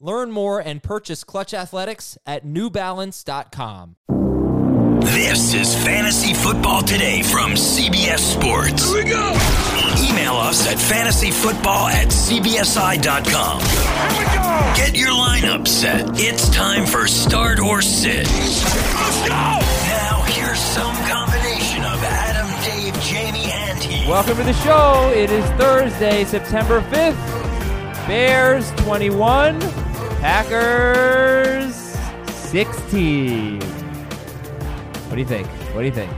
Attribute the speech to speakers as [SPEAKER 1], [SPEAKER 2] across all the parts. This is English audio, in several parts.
[SPEAKER 1] Learn more and purchase Clutch Athletics at newbalance.com.
[SPEAKER 2] This is Fantasy Football Today from CBS Sports. Here we go. Email us at fantasyfootball at cbsi.com. Here we go. Get your lineup set. It's time for start or sit. Let's go. Now, here's some combination of Adam, Dave, Jamie, and he.
[SPEAKER 3] Welcome to the show. It is Thursday, September 5th. Bears 21, Packers 16. What do you think? What do you think?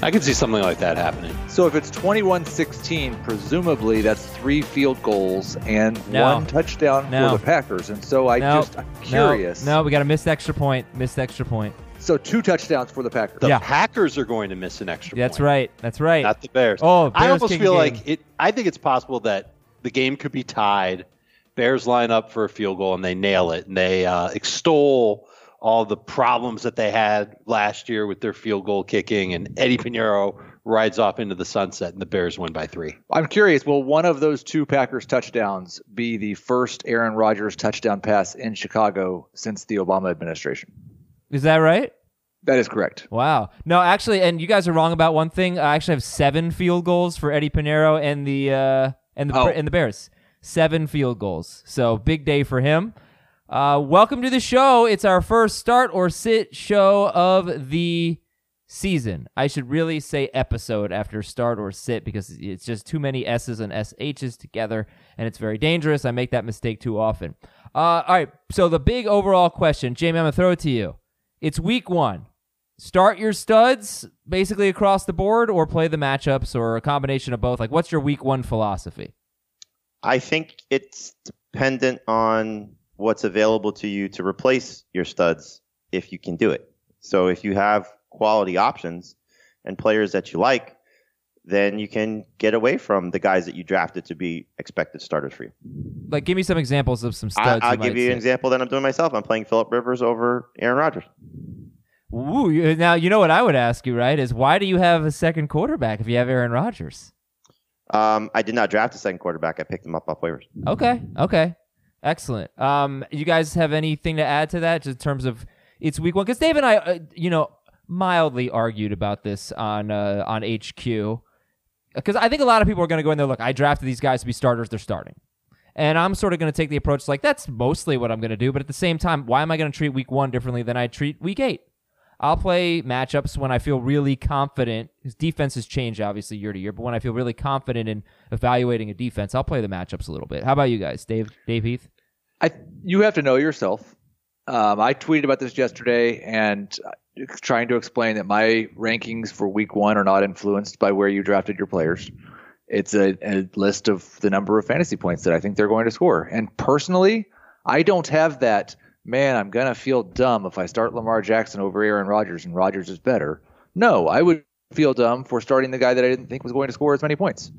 [SPEAKER 4] I can see something like that happening.
[SPEAKER 5] So if it's 21-16, presumably that's three field goals and
[SPEAKER 3] No.
[SPEAKER 5] one touchdown
[SPEAKER 3] No.
[SPEAKER 5] for the Packers. And so I
[SPEAKER 3] No,
[SPEAKER 5] just I'm curious.
[SPEAKER 3] No, no, we got a missed extra point. Missed extra point.
[SPEAKER 5] So two touchdowns for the Packers.
[SPEAKER 4] The
[SPEAKER 3] Yeah.
[SPEAKER 4] Packers are going to miss an extra
[SPEAKER 3] That's
[SPEAKER 4] point,
[SPEAKER 3] right. That's right.
[SPEAKER 4] Not the Bears.
[SPEAKER 3] Oh, Bears
[SPEAKER 4] I almost
[SPEAKER 3] kick a
[SPEAKER 4] feel
[SPEAKER 3] game.
[SPEAKER 4] like it. I think it's possible that the game could be tied. Bears line up for a field goal and they nail it and they uh, extol all the problems that they had last year with their field goal kicking and Eddie Pinheiro rides off into the sunset and the Bears win by three.
[SPEAKER 5] I'm curious, will one of those two Packers touchdowns be the first Aaron Rodgers touchdown pass in Chicago since the Obama administration?
[SPEAKER 3] Is that right?
[SPEAKER 5] That is correct.
[SPEAKER 3] Wow. No, actually, and you guys are wrong about one thing. I actually have seven field goals for Eddie Pinero and the uh, and the
[SPEAKER 5] Oh.
[SPEAKER 3] and the Bears. Seven field goals. So big day for him. Uh, welcome to the show. It's our first start or sit show of the season. I should really say episode after start or sit because it's just too many S's and SH's together and it's very dangerous. I make that mistake too often. Uh, all right. So the big overall question, Jamie, I'm going to throw it to you. It's week one start your studs basically across the board or play the matchups or a combination of both? Like, what's your week one philosophy?
[SPEAKER 6] I think it's dependent on what's available to you to replace your studs if you can do it. So if you have quality options and players that you like, then you can get away from the guys that you drafted to be expected starters for you.
[SPEAKER 3] Like, give me some examples of some
[SPEAKER 6] I,
[SPEAKER 3] studs.
[SPEAKER 6] I'll
[SPEAKER 3] might
[SPEAKER 6] give you an
[SPEAKER 3] see.
[SPEAKER 6] example that I'm doing myself. I'm playing Philip Rivers over Aaron Rodgers.
[SPEAKER 3] Ooh, you- now you know what I would ask you, right? Is why do you have a second quarterback if you have Aaron Rodgers?
[SPEAKER 6] Um, I did not draft a second quarterback. I picked him up off waivers.
[SPEAKER 3] Okay, okay, excellent. Um, you guys have anything to add to that, just in terms of it's week one? Because Dave and I, uh, you know, mildly argued about this on uh, on HQ. because I think a lot of people are going to go in there. Look, I drafted these guys to be starters; they're starting, and I'm sort of going to take the approach like that's mostly what I'm going to do. But at the same time, why am I going to treat Week One differently than I treat Week Eight? I'll play matchups when I feel really confident. Because defenses change obviously year to year, but when I feel really confident in evaluating a defense, I'll play the matchups a little bit. How about you guys, Dave? Dave Heath?
[SPEAKER 5] I you have to know yourself. Um, I tweeted about this yesterday and uh, trying to explain that my rankings for week one are not influenced by where you drafted your players. It's a, a list of the number of fantasy points that I think they're going to score. And personally, I don't have that. Man, I'm gonna feel dumb if I start Lamar Jackson over Aaron Rodgers, and Rodgers is better. No, I would feel dumb for starting the guy that I didn't think was going to score as many points.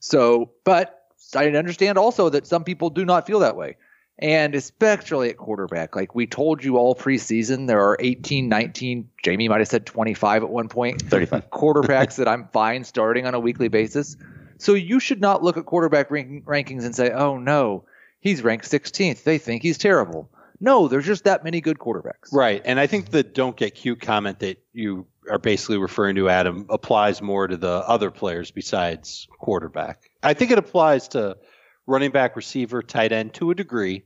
[SPEAKER 5] So, but I understand also that some people do not feel that way. And especially at quarterback, like we told you all preseason, there are 18, 19, Jamie might have said 25 at one point,
[SPEAKER 6] 35.
[SPEAKER 5] quarterbacks that I'm fine starting on a weekly basis. So you should not look at quarterback rank- rankings and say, oh no, he's ranked 16th. They think he's terrible. No, there's just that many good quarterbacks.
[SPEAKER 4] Right. And I think the don't get cute comment that you are basically referring to, Adam, applies more to the other players besides quarterback. I think it applies to running back, receiver, tight end to a degree.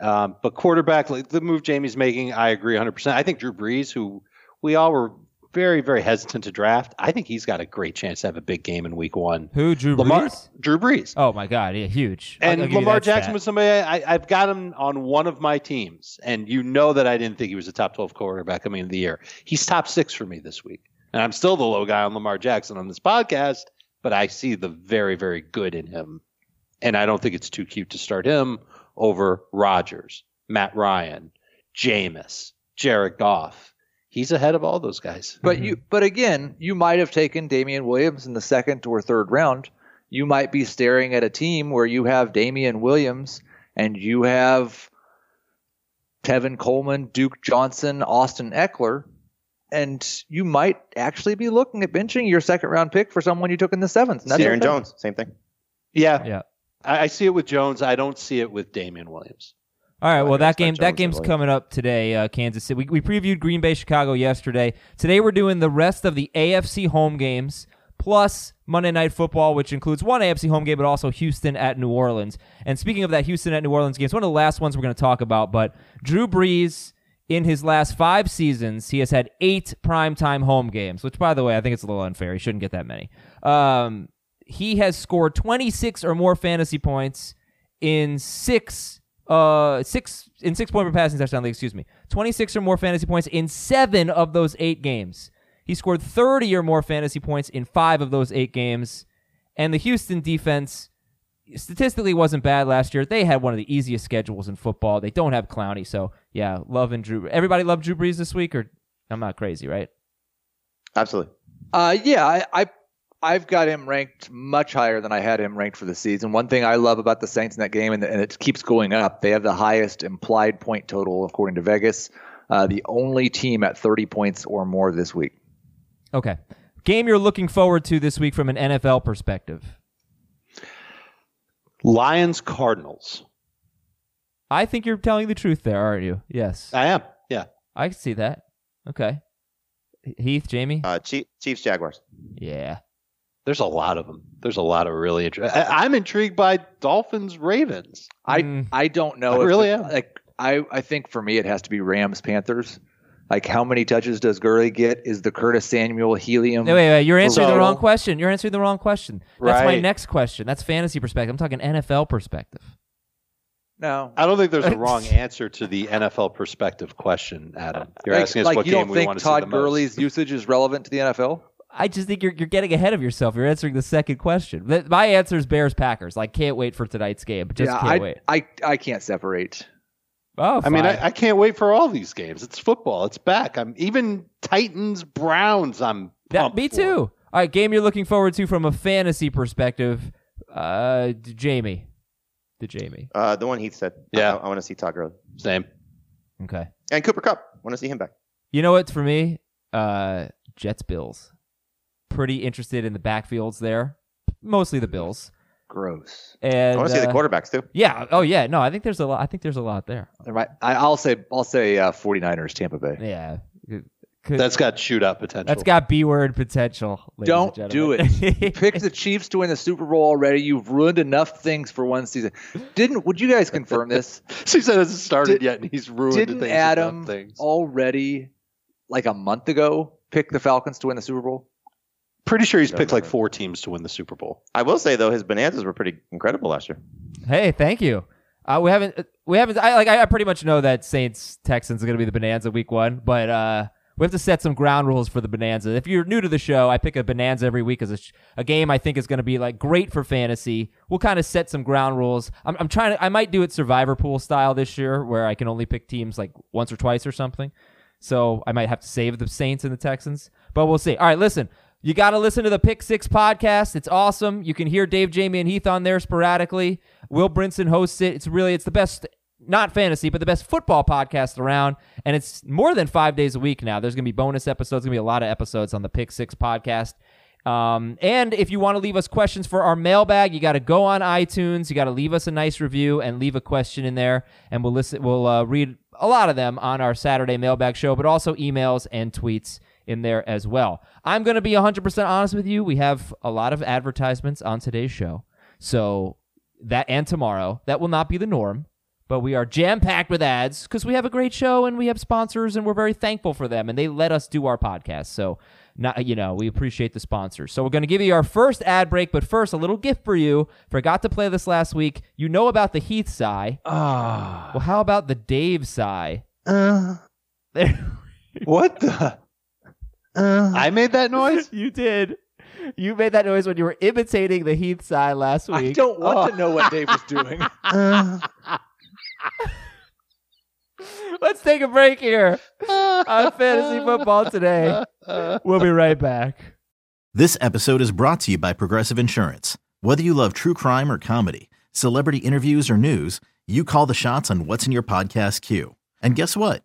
[SPEAKER 4] Um, but quarterback, like the move Jamie's making, I agree 100%. I think Drew Brees, who we all were very, very hesitant to draft, I think he's got a great chance to have a big game in week one.
[SPEAKER 3] Who? Drew
[SPEAKER 4] Lamar, Drew Brees.
[SPEAKER 3] Oh my God, yeah, huge. I'll- I'll give
[SPEAKER 4] And
[SPEAKER 3] you
[SPEAKER 4] Lamar
[SPEAKER 3] that
[SPEAKER 4] Jackson
[SPEAKER 3] stat.
[SPEAKER 4] was somebody I, I've got him on one of my teams, and you know that I didn't think he was a top twelve quarterback coming into the year. He's top six for me this week, and I'm still the low guy on Lamar Jackson on this podcast, but I see the very very good in him, and I don't think it's too cute to start him over Rodgers, Matt Ryan, Jameis, Jared Goff. he's ahead of all those guys.
[SPEAKER 5] But you, but again, you might have taken Damian Williams in the second or third round. You might be staring at a team where you have Damian Williams and you have Tevin Coleman, Duke Johnson, Austin Eckler, and you might actually be looking at benching your second round pick for someone you took in the seventh. And that's
[SPEAKER 6] Aaron
[SPEAKER 5] okay.
[SPEAKER 6] Jones, same thing.
[SPEAKER 4] Yeah,
[SPEAKER 3] Yeah.
[SPEAKER 4] I, I see it with Jones. I don't see it with Damian Williams.
[SPEAKER 3] All right. Well,
[SPEAKER 6] Well,
[SPEAKER 3] that
[SPEAKER 6] that's not
[SPEAKER 3] game
[SPEAKER 6] Jones,
[SPEAKER 3] that
[SPEAKER 6] I
[SPEAKER 3] game's
[SPEAKER 6] believe.
[SPEAKER 3] coming up today. Uh, Kansas City. We, we previewed Green Bay, Chicago yesterday. Today we're doing the rest of the AFC home games plus Monday Night Football, which includes one AFC home game, but also Houston at New Orleans. And speaking of that Houston at New Orleans game, it's one of the last ones we're going to talk about. But Drew Brees. In his last five seasons, he has had eight primetime home games, which, by the way, I think it's a little unfair. He shouldn't get that many. Um, he has scored 26 or more fantasy points in six uh six in six point per passing touchdown league, excuse me. 26 or more fantasy points in 7 of those 8 games. He scored 30 or more fantasy points in 5 of those 8 games. And the Houston defense statistically wasn't bad last year. They had one of the easiest schedules in football. They don't have Clowney, so yeah, love and Drew. Everybody loved Drew Brees this week or I'm not crazy, right?
[SPEAKER 6] Absolutely.
[SPEAKER 5] Uh, yeah, I, I I've got him ranked much higher than I had him ranked for the season. One thing I love about the Saints in that game, and, and it keeps going up. They have the highest implied point total according to Vegas. Uh, the only team at 30 points or more this week.
[SPEAKER 3] Okay. Game you're looking forward to this week from an NFL perspective.
[SPEAKER 4] Lions Cardinals.
[SPEAKER 3] I think you're telling the truth there, aren't you? Yes.
[SPEAKER 4] I am. Yeah.
[SPEAKER 3] I can see that. Okay. Heath, Jamie?
[SPEAKER 6] Uh, Chief, Chiefs, Jaguars.
[SPEAKER 3] yeah.
[SPEAKER 4] There's a lot of them. There's a lot of really interesting. I'm intrigued by Dolphins Ravens.
[SPEAKER 5] I
[SPEAKER 3] Mm.
[SPEAKER 5] I don't know.
[SPEAKER 4] I
[SPEAKER 5] if
[SPEAKER 4] really
[SPEAKER 5] the-
[SPEAKER 4] am.
[SPEAKER 5] Like I I think for me it has to be Rams Panthers. Like how many touches does Gurley get? Is the Curtis Samuel helium?
[SPEAKER 3] No, wait, wait. You're answering the
[SPEAKER 4] um, So-
[SPEAKER 3] wrong question. You're answering the wrong question. That's my
[SPEAKER 4] Right.
[SPEAKER 3] next question. That's fantasy perspective. I'm talking NFL perspective.
[SPEAKER 5] No.
[SPEAKER 4] I don't think there's a wrong answer to the NFL perspective question, Adam. You're
[SPEAKER 5] like,
[SPEAKER 4] asking us
[SPEAKER 5] like,
[SPEAKER 4] what
[SPEAKER 5] you
[SPEAKER 4] game
[SPEAKER 5] don't
[SPEAKER 4] we
[SPEAKER 5] think
[SPEAKER 4] want to see
[SPEAKER 5] Todd
[SPEAKER 4] the most.
[SPEAKER 5] Gurley's usage is relevant to the NFL?
[SPEAKER 3] I just think you're, you're getting ahead of yourself. You're answering the second question. Th- My answer is Bears Packers. Like, can't wait for tonight's game. Just
[SPEAKER 5] yeah,
[SPEAKER 3] can't
[SPEAKER 5] I,
[SPEAKER 3] wait.
[SPEAKER 5] I I can't separate.
[SPEAKER 3] Oh,
[SPEAKER 4] I mean,
[SPEAKER 3] fine.
[SPEAKER 4] I, I can't wait for all these games. It's football. It's back. I'm even Titans Browns. I'm
[SPEAKER 3] that,
[SPEAKER 4] pumped
[SPEAKER 3] me
[SPEAKER 4] for.
[SPEAKER 3] too. All right, game you're looking forward to from a fantasy perspective. Uh, d- Jamie. The Jamie.
[SPEAKER 6] Uh, the one Heath said.
[SPEAKER 4] Yeah.
[SPEAKER 6] I, I want to see Todd Gurley
[SPEAKER 4] Same.
[SPEAKER 3] Okay.
[SPEAKER 6] and Cooper Cup. Want to see him back.
[SPEAKER 3] You know what? For me, uh, Jets Bills. Pretty interested in the backfields there, mostly the Bills.
[SPEAKER 5] Gross.
[SPEAKER 3] And
[SPEAKER 6] I want to see the
[SPEAKER 3] uh,
[SPEAKER 6] quarterbacks too.
[SPEAKER 3] Yeah. Oh yeah. No, I think there's a lot. I think there's a lot there.
[SPEAKER 5] There might- I, I'll say I'll say uh, 49ers Tampa Bay.
[SPEAKER 3] Yeah. Could-
[SPEAKER 4] That's got shootout potential.
[SPEAKER 3] that's got B word potential. ladies and
[SPEAKER 5] Don't
[SPEAKER 3] gentlemen.
[SPEAKER 5] Pick the Chiefs to win the Super Bowl already. You've ruined enough things for one season. Didn't would you guys confirm this?
[SPEAKER 4] She said it hasn't started
[SPEAKER 5] Did-
[SPEAKER 4] yet, and he's ruined the
[SPEAKER 5] Didn't
[SPEAKER 4] things.
[SPEAKER 5] Adam
[SPEAKER 4] about things.
[SPEAKER 5] already like a month ago pick the Falcons to win the Super Bowl?
[SPEAKER 4] Pretty sure he's
[SPEAKER 6] No,
[SPEAKER 4] picked
[SPEAKER 6] no,
[SPEAKER 4] like
[SPEAKER 6] no.
[SPEAKER 4] four teams to win the Super Bowl.
[SPEAKER 6] I will say though, his bonanzas were pretty incredible last year.
[SPEAKER 3] hey, thank you. Uh, we haven't. uh, We haven't. I like. I I pretty much know that Saints Texans is going to be the bonanza week one, but uh, we have to set some ground rules for the bonanza. If you're new to the show, I pick a bonanza every week as a, sh- a game I think is going to be like great for fantasy. We'll kind of set some ground rules. I'm, I'm trying to. I might do it survivor pool style this year, where I can only pick teams like once or twice or something. So I might have to save the Saints and the Texans, but we'll see. All right, listen. You got to listen to the Pick Six podcast. It's awesome. You can hear Dave, Jamie, and Heath on there sporadically. Will Brinson hosts it. It's really it's the best, not fantasy, but the best football podcast around. And it's more than five days a week now. There's going to be bonus episodes. Going to be a lot of episodes on the Pick Six podcast. Um, and if you want to leave us questions for our mailbag, you got to go on iTunes. You got to leave us a nice review and leave a question in there, and we'll listen. We'll uh, read a lot of them on our Saturday mailbag show, but also emails and tweets in there as well. I'm going to be 100% honest with you. We have a lot of advertisements on today's show, so that and tomorrow that will not be the norm. But we are jam packed with ads because we have a great show and we have sponsors and we're very thankful for them and they let us do our podcast. So not you know we appreciate the sponsors so we're going to give you our first ad break but first a little gift for you forgot to play this last week you know about the heath sigh well how about the dave sigh
[SPEAKER 5] Uh.
[SPEAKER 3] there
[SPEAKER 4] What the?
[SPEAKER 5] Uh.
[SPEAKER 4] I made that noise.
[SPEAKER 3] you did you made that noise when you were imitating the heath sigh last week
[SPEAKER 5] I don't
[SPEAKER 4] Ah.
[SPEAKER 3] Uh.
[SPEAKER 5] want to know what Dave was doing.
[SPEAKER 3] all Let's take a break here on fantasy football today. We'll be right back.
[SPEAKER 7] This episode is brought to you by Progressive Insurance. Whether you love true crime or comedy, celebrity interviews or news, you call the shots on what's in your podcast queue. And guess what?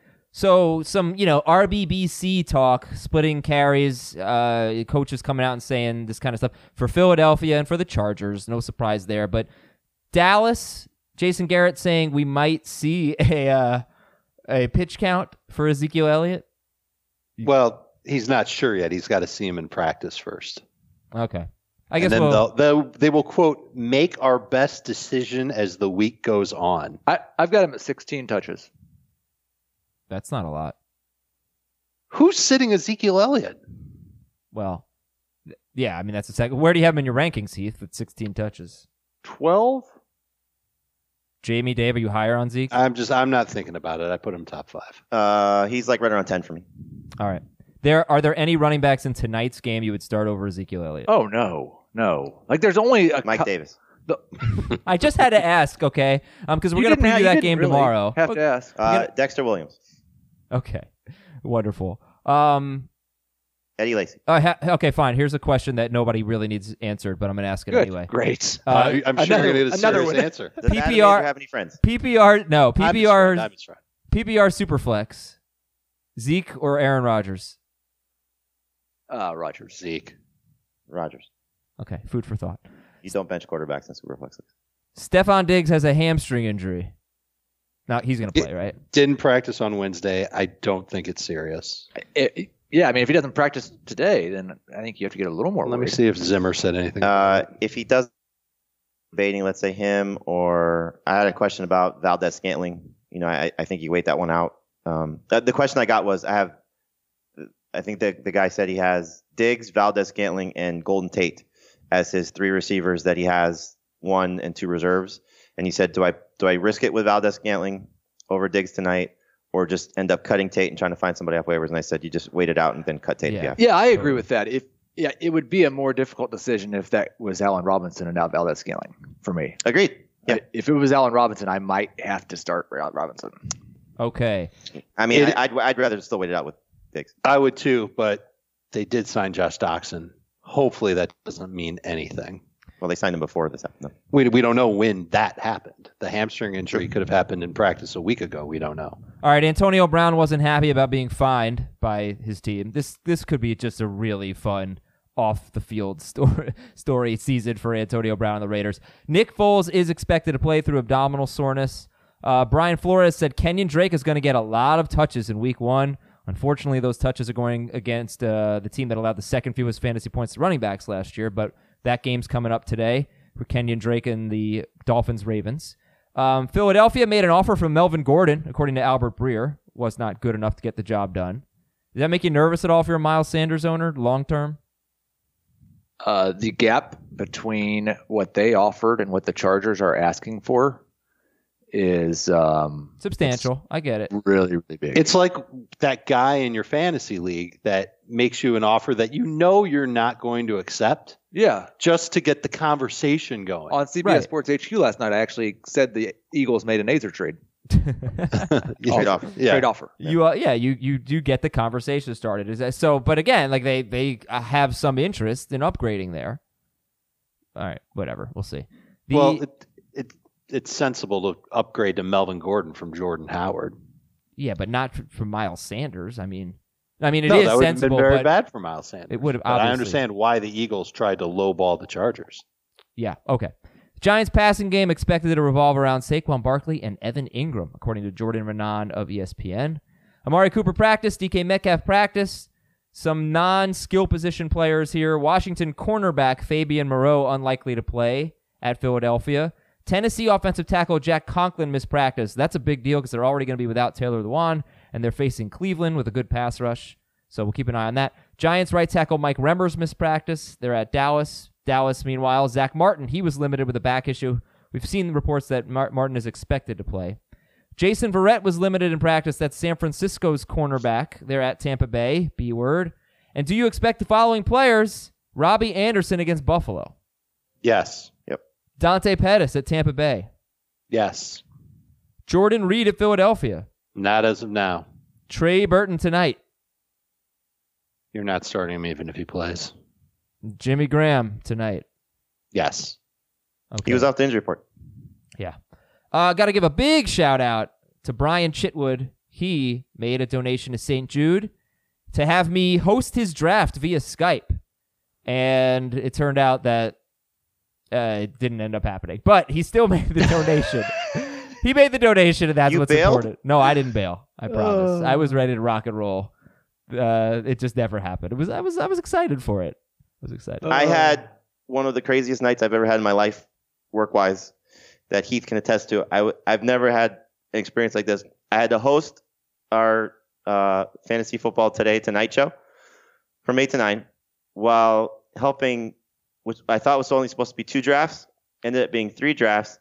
[SPEAKER 3] So some, you know, RBBC talk, splitting carries, uh, coaches coming out and saying this kind of stuff for Philadelphia and for the Chargers. No surprise there, but Dallas, Jason Garrett saying we might see a uh, a pitch count for Ezekiel Elliott.
[SPEAKER 4] Well, he's not sure yet. He's got to see him in practice first.
[SPEAKER 3] Okay, I guess
[SPEAKER 4] and then
[SPEAKER 3] we'll-
[SPEAKER 4] they'll, they'll, they will quote make our best decision as the week goes on.
[SPEAKER 5] I, I've got him at 16 touches.
[SPEAKER 3] that's not a lot.
[SPEAKER 4] Who's sitting Ezekiel Elliott?
[SPEAKER 3] Well, th- yeah, I mean that's the second. Where do you have him in your rankings, Heath? With 16 touches,
[SPEAKER 5] 12?
[SPEAKER 3] Jamie Dave, are you higher on Zeke?
[SPEAKER 4] I'm just I'm not thinking about it. I put him top five.
[SPEAKER 6] Uh, he's like right around ten for me.
[SPEAKER 3] All right, there are there any running backs in tonight's game you would start over Ezekiel Elliott?
[SPEAKER 5] Oh, no. No. Like, there's only a
[SPEAKER 6] Mike
[SPEAKER 5] cou-
[SPEAKER 6] Davis.
[SPEAKER 3] I just had to ask, okay? Um, because we're
[SPEAKER 5] You
[SPEAKER 3] gonna
[SPEAKER 5] didn't
[SPEAKER 3] preview
[SPEAKER 5] ha- you
[SPEAKER 3] that
[SPEAKER 5] didn't
[SPEAKER 3] game
[SPEAKER 5] really
[SPEAKER 3] tomorrow.
[SPEAKER 5] Have
[SPEAKER 3] But-
[SPEAKER 5] to ask.
[SPEAKER 6] Uh, Dexter Williams.
[SPEAKER 3] okay, wonderful. Um,
[SPEAKER 6] Eddie Lacy.
[SPEAKER 3] I ha- okay, fine. Here's a question that nobody really needs answered, but I'm gonna ask it
[SPEAKER 5] Good.
[SPEAKER 3] anyway.
[SPEAKER 5] Great.
[SPEAKER 3] Uh,
[SPEAKER 4] Uh, I'm sure you're
[SPEAKER 5] another-
[SPEAKER 4] going to get a
[SPEAKER 5] another
[SPEAKER 4] serious
[SPEAKER 5] one.
[SPEAKER 4] answer.
[SPEAKER 6] Does Adam
[SPEAKER 3] PPR
[SPEAKER 6] Andrew have any friends?
[SPEAKER 3] PPR, no
[SPEAKER 4] I'm just
[SPEAKER 3] PPR,
[SPEAKER 4] right, I'm just right.
[SPEAKER 3] PPR Superflex, Zeke or Aaron Rodgers.
[SPEAKER 5] Uh, Rogers.
[SPEAKER 4] Zeke.
[SPEAKER 6] Rogers.
[SPEAKER 3] Okay, food for thought.
[SPEAKER 6] You don't bench quarterbacks in Superflex.
[SPEAKER 3] Stefan Diggs has a hamstring injury. Now he's gonna
[SPEAKER 4] Yeah.
[SPEAKER 3] play, right?
[SPEAKER 4] Didn't practice on Wednesday. I don't think it's serious.
[SPEAKER 5] It- it- yeah, I mean, if he doesn't practice today, then I think you have to get a little more
[SPEAKER 4] Let me
[SPEAKER 5] worried.
[SPEAKER 4] see if Zimmer said anything.
[SPEAKER 6] Uh, if he does debating, let's say him or I had a question about Valdez Scantling. You know, I, I think you wait that one out. Um, the, the question I got was I have, I think the, the guy said he has Diggs, Valdez Scantling, and Golden Tate as his three receivers that he has one and two reserves. And he said, do I do I risk it with Valdez Scantling over Diggs tonight, or just end up cutting Tate and trying to find somebody off waivers? And I said, you just wait it out and then cut Tate.
[SPEAKER 3] Yeah.
[SPEAKER 6] Yeah.
[SPEAKER 5] Yeah, I agree with that. If yeah, it would be a more difficult decision if that was Allen Robinson and not Valdez Scaling for me.
[SPEAKER 6] Agreed. Yeah.
[SPEAKER 5] I- If it was Allen Robinson, I might have to start Allen Robinson.
[SPEAKER 3] Okay,
[SPEAKER 6] I mean,
[SPEAKER 4] It-
[SPEAKER 6] I, I'd, I'd rather still wait it out with Diggs.
[SPEAKER 4] I would too, but they did sign Josh Doxson. Hopefully that doesn't mean anything.
[SPEAKER 6] Well, they signed him before this happened. though.
[SPEAKER 4] We, we don't know when that happened. The hamstring injury could have happened in practice a week ago. We don't know.
[SPEAKER 3] all right. Antonio Brown wasn't happy about being fined by his team. This this could be just a really fun off the field story, story season for Antonio Brown and the Raiders. Nick Foles is expected to play through abdominal soreness. Uh, Brian Flores said Kenyon Drake is going to get a lot of touches in Week One. Unfortunately, those touches are going against uh, the team that allowed the second fewest fantasy points to running backs last year. But that game's coming up today for Kenyon Drake and the Dolphins Ravens. Um, Philadelphia made an offer from Melvin Gordon, according to Albert Breer, was not good enough to get the job done. Does that make you nervous at all if you're a Miles Sanders owner long term?
[SPEAKER 5] Uh, the gap between what they offered and what the Chargers are asking for is um,
[SPEAKER 3] Substantial. I get it.
[SPEAKER 5] really, really big.
[SPEAKER 4] It's like that guy in your fantasy league that makes you an offer that you know you're not going to accept
[SPEAKER 5] yeah.
[SPEAKER 4] just to get the conversation going.
[SPEAKER 5] On CBS
[SPEAKER 3] Right.
[SPEAKER 5] Sports HQ last night, I actually said the Eagles made an Azer trade
[SPEAKER 4] Yeah.
[SPEAKER 6] Trade offer.
[SPEAKER 4] Yeah.
[SPEAKER 5] trade offer.
[SPEAKER 3] You uh, yeah, you you do get the conversation started. Is that so? But again, like they they uh, have some interest in upgrading there. All right, whatever. We'll see. The,
[SPEAKER 4] well, it, it, it's sensible to upgrade to Melvin Gordon from Jordan Howard.
[SPEAKER 3] yeah, but not f- for Miles Sanders. I mean, I mean it is
[SPEAKER 4] no, that would have
[SPEAKER 3] sensible.
[SPEAKER 4] been very
[SPEAKER 3] but
[SPEAKER 4] bad for Miles Sanders.
[SPEAKER 3] It would have.
[SPEAKER 4] But I understand why the Eagles tried to lowball the Chargers.
[SPEAKER 3] Yeah. Okay. Giants passing game expected to revolve around Saquon Barkley and Evan Ingram, according to Jordan Renan of E ESPN. Amari Cooper practice, DK Metcalf practice. Some non skill position players here. Washington cornerback Fabian Moreau unlikely to play at Philadelphia. Tennessee offensive tackle Jack Conklin missed practice. That's a big deal because they're already going to be without Taylor Lewan, and they're facing Cleveland with a good pass rush. So we'll keep an eye on that. Giants right tackle Mike Remmers mispractice. They're at Dallas. Dallas, meanwhile, Zach Martin, he was limited with a back issue. We've seen reports that Mar- Martin is expected to play. Jason Verrett was limited in practice. That's San Francisco's cornerback. They're at Tampa Bay. B word. And do you expect the following players? Robbie Anderson against Buffalo.
[SPEAKER 4] Yes.
[SPEAKER 3] Dante Pettis at Tampa Bay.
[SPEAKER 4] Yes.
[SPEAKER 3] Jordan Reed at Philadelphia.
[SPEAKER 4] Not as of now.
[SPEAKER 3] Trey Burton tonight.
[SPEAKER 4] You're not starting him even if he plays.
[SPEAKER 3] Jimmy Graham tonight.
[SPEAKER 4] Yes.
[SPEAKER 3] Okay.
[SPEAKER 6] He was off the injury report.
[SPEAKER 3] Uh, Got to give a big shout out to Brian Chitwood. He made a donation to St. Jude to have me host his draft via Skype. And it turned out that uh, it didn't end up happening, but he still made the donation. he made the donation, and that's
[SPEAKER 6] You
[SPEAKER 3] what's
[SPEAKER 6] bailed? Oh.
[SPEAKER 3] important. No, I didn't bail. I promise. I was ready to rock and roll. Uh, it just never happened. It was I was I was excited for it. I was excited.
[SPEAKER 6] I had one of the craziest nights I've ever had in my life, work wise, that Heath can attest to. I w- I've never had an experience like this. I had to host our uh, fantasy football today tonight show from eight to nine, while helping, which I thought was only supposed to be two drafts, ended up being three drafts,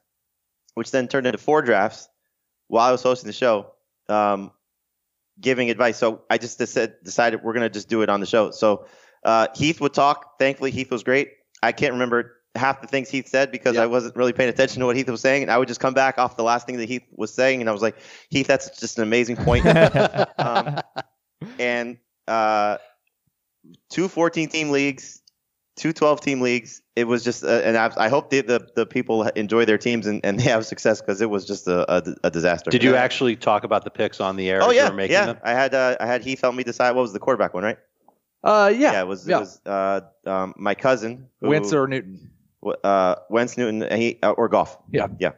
[SPEAKER 6] which then turned into four drafts. While I was hosting the show, um, giving advice, so I just said, decided we're gonna just do it on the show. So. Uh, Heath would talk. Thankfully, Heath was great. I can't remember half the things Heath said because I wasn't really paying attention to what Heath was saying. And I would just come back off the last thing that Heath was saying. And I was like, Heath, that's just an amazing point. um, and uh, two 14 team leagues, two 12 team leagues. It was just, uh, and I, I hope the, the, the people enjoy their teams and, and they have success because it was just a, a, a disaster.
[SPEAKER 4] Did you actually talk about the picks on the air?
[SPEAKER 6] Oh
[SPEAKER 4] as you
[SPEAKER 6] yeah,
[SPEAKER 4] were making
[SPEAKER 6] yeah.
[SPEAKER 4] them?
[SPEAKER 6] I had uh, I had Heath help me decide what was the quarterback one, right?
[SPEAKER 5] Uh, yeah.
[SPEAKER 6] it was
[SPEAKER 5] yeah.
[SPEAKER 6] it was uh, um, my cousin who-
[SPEAKER 5] Wentz or Newton.
[SPEAKER 6] uh, Wentz, Newton, and he uh, or Goff.
[SPEAKER 5] Yeah.
[SPEAKER 6] yeah.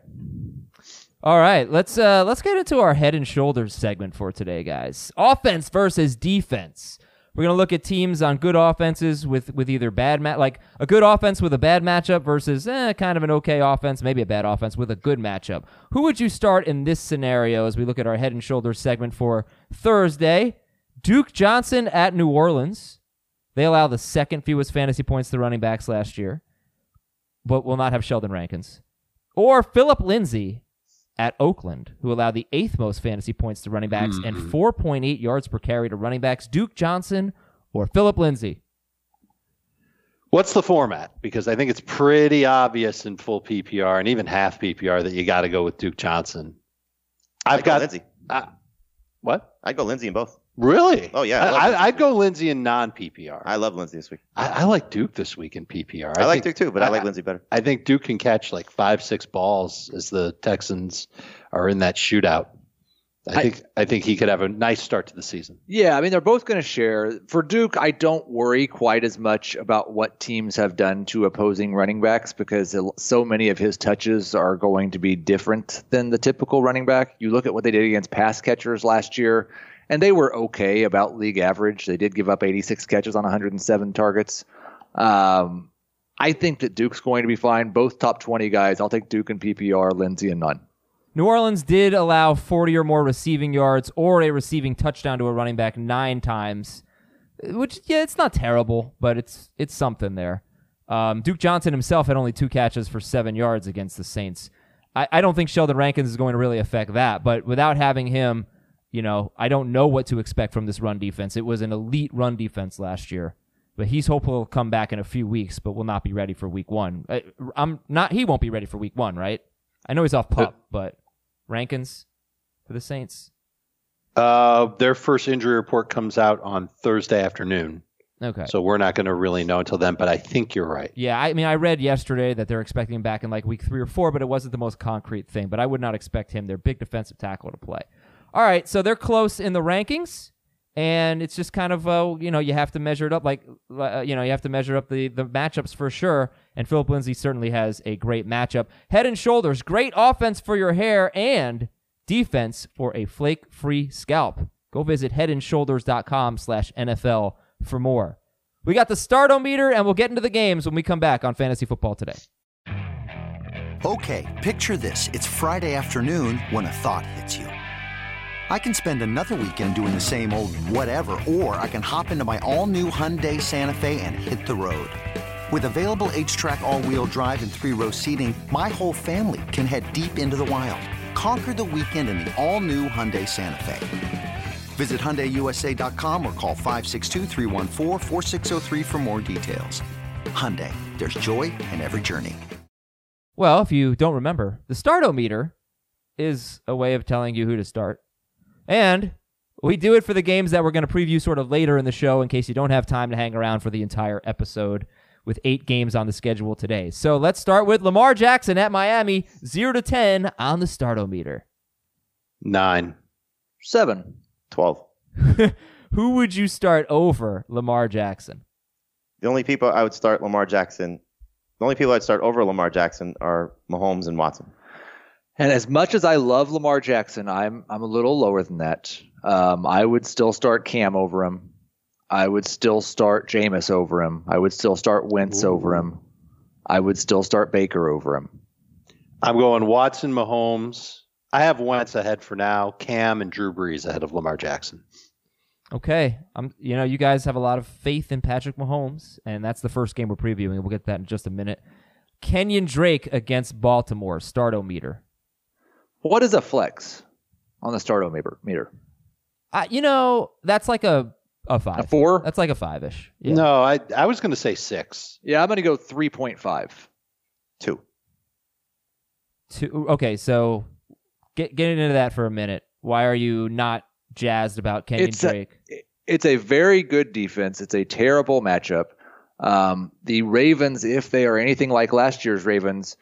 [SPEAKER 3] All right, let's uh, let's get into our head and shoulders segment for today, guys. Offense versus defense. We're gonna look at teams on good offenses with with either bad ma- like a good offense with a bad matchup versus eh, kind of an okay offense, maybe a bad offense with a good matchup. Who would you start in this scenario as we look at our head and shoulders segment for Thursday? Duke Johnson at New Orleans. They allow the second fewest fantasy points to running backs last year, but will not have Sheldon Rankins or Philip Lindsay at Oakland, who allowed the eighth most fantasy points to running backs and 4.8 yards per carry to running backs, Duke Johnson or Philip Lindsay.
[SPEAKER 4] What's the format? Because I think it's pretty obvious in full PPR and even half PPR that you got to go with Duke Johnson. I've
[SPEAKER 6] I'd go
[SPEAKER 4] got
[SPEAKER 6] Lindsey.
[SPEAKER 4] what?
[SPEAKER 6] I'd go Lindsey in both.
[SPEAKER 4] Really?
[SPEAKER 6] Oh, yeah, I love
[SPEAKER 4] I,
[SPEAKER 6] Lindsey.
[SPEAKER 4] I, I'd go Lindsey in non PPR. I,
[SPEAKER 6] I love Lindsey this week.
[SPEAKER 4] I like Duke this week in PPR.
[SPEAKER 6] I, like
[SPEAKER 4] think-
[SPEAKER 6] Duke too, but I,
[SPEAKER 4] I-
[SPEAKER 6] like Lindsey better.
[SPEAKER 4] I think Duke can catch like five, six balls as the Texans are in that shootout. I,
[SPEAKER 5] I-
[SPEAKER 4] think I think he could have a nice start to the season.
[SPEAKER 5] Yeah, I mean they're both going to share. For Duke, I don't worry quite as much about what teams have done to opposing running backs because it- so many of his touches are going to be different than the typical running back. You look at what they did against pass catchers last year, and they were okay about league average. They did give up 86 catches on 107 targets. Um, I think that Duke's going to be fine. Both top 20 guys. I'll take Duke and PPR, Lindsey and none.
[SPEAKER 3] New Orleans did allow 40 or more receiving yards or a receiving touchdown to a running back nine times, which yeah, it's not terrible, but it's it's something there. Um, Duke Johnson himself had only two catches for seven yards against the Saints. I, I don't think Sheldon Rankins is going to really affect that, but without having him, you know, I don't know what to expect from this run defense. It was an elite run defense last year, but he's hopeful he'll come back in a few weeks, but will not be ready for Week One. I, I'm not. He won't be ready for Week One, right? I know he's off pup, but Rankins for the Saints.
[SPEAKER 4] Uh, their first injury report comes out on Thursday afternoon,
[SPEAKER 3] Okay.
[SPEAKER 4] so we're not going to really know until then. But I think you're right.
[SPEAKER 3] yeah, I mean, I read yesterday that they're expecting him back in like week three or four, but it wasn't the most concrete thing. But I would not expect him, their big defensive tackle, to play. All right, so they're close in the rankings, and it's just kind of uh, you know you have to measure it up, like uh, you know you have to measure up the the matchups for sure. And Philip Lindsay certainly has a great matchup, head and shoulders, great offense for your hair and defense for a flake-free scalp. Go visit headandshoulders.com/nfl for more. We got the start meter, and we'll get into the games when we come back on Fantasy Football Today.
[SPEAKER 8] Okay, picture this. It's Friday afternoon when a thought hits you. I I can spend another weekend doing the same old whatever, or I can hop into my all-new Hyundai Santa Fe and hit the road. With available H-track all-wheel drive and three-row seating, my whole family can head deep into the wild. Conquer the weekend in the all-new Hyundai Santa Fe. Visit HyundaiUSA.com or call 562-314-4603 for more details. Hyundai, there's joy in every journey.
[SPEAKER 3] Well, if you don't remember, the Startometer is a way of telling you who to start. And we do it for the games that we're going to preview sort of later in the show in case you don't have time to hang around for the entire episode with eight games on the schedule today. So let's start with Lamar Jackson at Miami, 0 to 10 on the Startometer.
[SPEAKER 4] Nine.
[SPEAKER 5] Seven.
[SPEAKER 6] 12.
[SPEAKER 3] Who would you start over Lamar Jackson?
[SPEAKER 6] The only people I would start Lamar Jackson, the only people I'd start over Lamar Jackson are Mahomes and Watson.
[SPEAKER 5] And as much as I love Lamar Jackson, I'm I'm a little lower than that. Um, I would still start Cam over him. I would still start Jameis over him. I would still start Wentz over him. I would still start Baker over him.
[SPEAKER 4] I'm going Watson, Mahomes. I have Wentz ahead for now. Cam and Drew Brees ahead of Lamar Jackson.
[SPEAKER 3] Okay, I'm. You know, you guys have a lot of faith in Patrick Mahomes, and that's the first game we're previewing. We'll get to that in just a minute. Kenyon Drake against Baltimore, Startometer.
[SPEAKER 5] What is a flex on the starto meter? meter?
[SPEAKER 3] Uh, you know, that's like a a five.
[SPEAKER 5] A four?
[SPEAKER 3] That's like a five ish.
[SPEAKER 4] No, I I was going to say six.
[SPEAKER 5] Yeah, I'm going to go 3.5.
[SPEAKER 6] Two.
[SPEAKER 3] Two, okay, so get get into that for a minute. Why are you not jazzed about Kenyon
[SPEAKER 5] It's a-
[SPEAKER 3] Drake?
[SPEAKER 5] It's a very good defense. It's a terrible matchup. Um, the Ravens, if they are anything like last year's Ravens,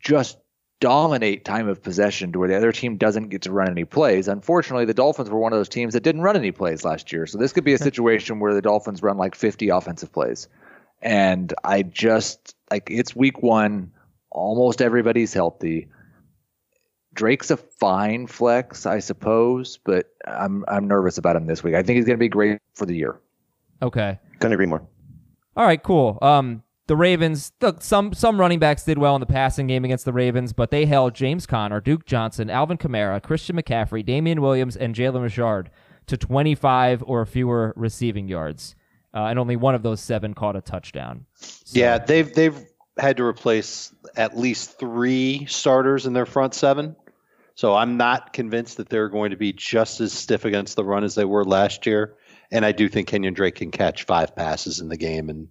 [SPEAKER 5] just dominate time of possession to where the other team doesn't get to run any plays. Unfortunately, the Dolphins were one of those teams that didn't run any plays last year. So this could be a situation where the Dolphins run like 50 offensive plays. And I just like it's week 1, almost everybody's healthy. Drake's a fine flex, I suppose, but I'm I'm nervous about him this week. I think he's going to be great for the year.
[SPEAKER 3] okay,
[SPEAKER 6] Couldn't agree more.
[SPEAKER 3] All right, cool. Um, the Ravens, look, some some running backs did well in the passing game against the Ravens, but they held James Conner, Duke Johnson, Alvin Kamara, Christian McCaffrey, Damian Williams, and Jalen Richard to 25 or fewer receiving yards, uh, and only one of those seven caught a touchdown. So-
[SPEAKER 4] Yeah, they've they've had to replace at least three starters in their front seven. So I'm not convinced that they're going to be just as stiff against the run as they were last year. And I do think Kenyon Drake can catch five passes in the game and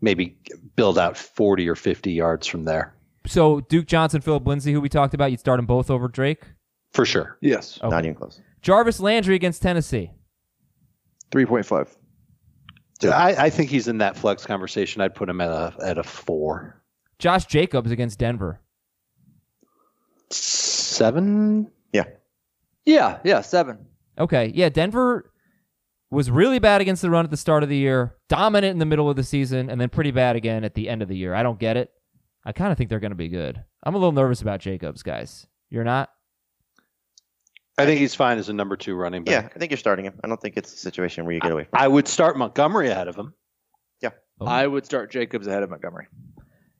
[SPEAKER 4] maybe build out 40 or 50 yards from there
[SPEAKER 3] So Duke Johnson, Philip Lindsay, who we talked about, you'd start them both over Drake.
[SPEAKER 4] for sure.
[SPEAKER 5] Yes,
[SPEAKER 3] Okay.
[SPEAKER 6] Not even close.
[SPEAKER 3] Jarvis Landry against Tennessee.
[SPEAKER 5] three point five.
[SPEAKER 4] I, I think he's in that flex conversation. I'd put him at a at a four,
[SPEAKER 3] Josh Jacobs against Denver.
[SPEAKER 4] seven.
[SPEAKER 5] Yeah, yeah, seven.
[SPEAKER 3] Okay. Yeah, Denver was really bad against the run at the start of the year, dominant in the middle of the season, and then pretty bad again at the end of the year. I don't get it. I kind of think they're going to be good. I'm a little nervous about Jacobs, guys. You're not?
[SPEAKER 4] I think he's fine as a number two running back.
[SPEAKER 6] Yeah, I think you're starting him. I don't think it's a situation where you get away from
[SPEAKER 4] I would start Montgomery ahead of him.
[SPEAKER 3] Oh.
[SPEAKER 5] I would start Jacobs ahead of Montgomery.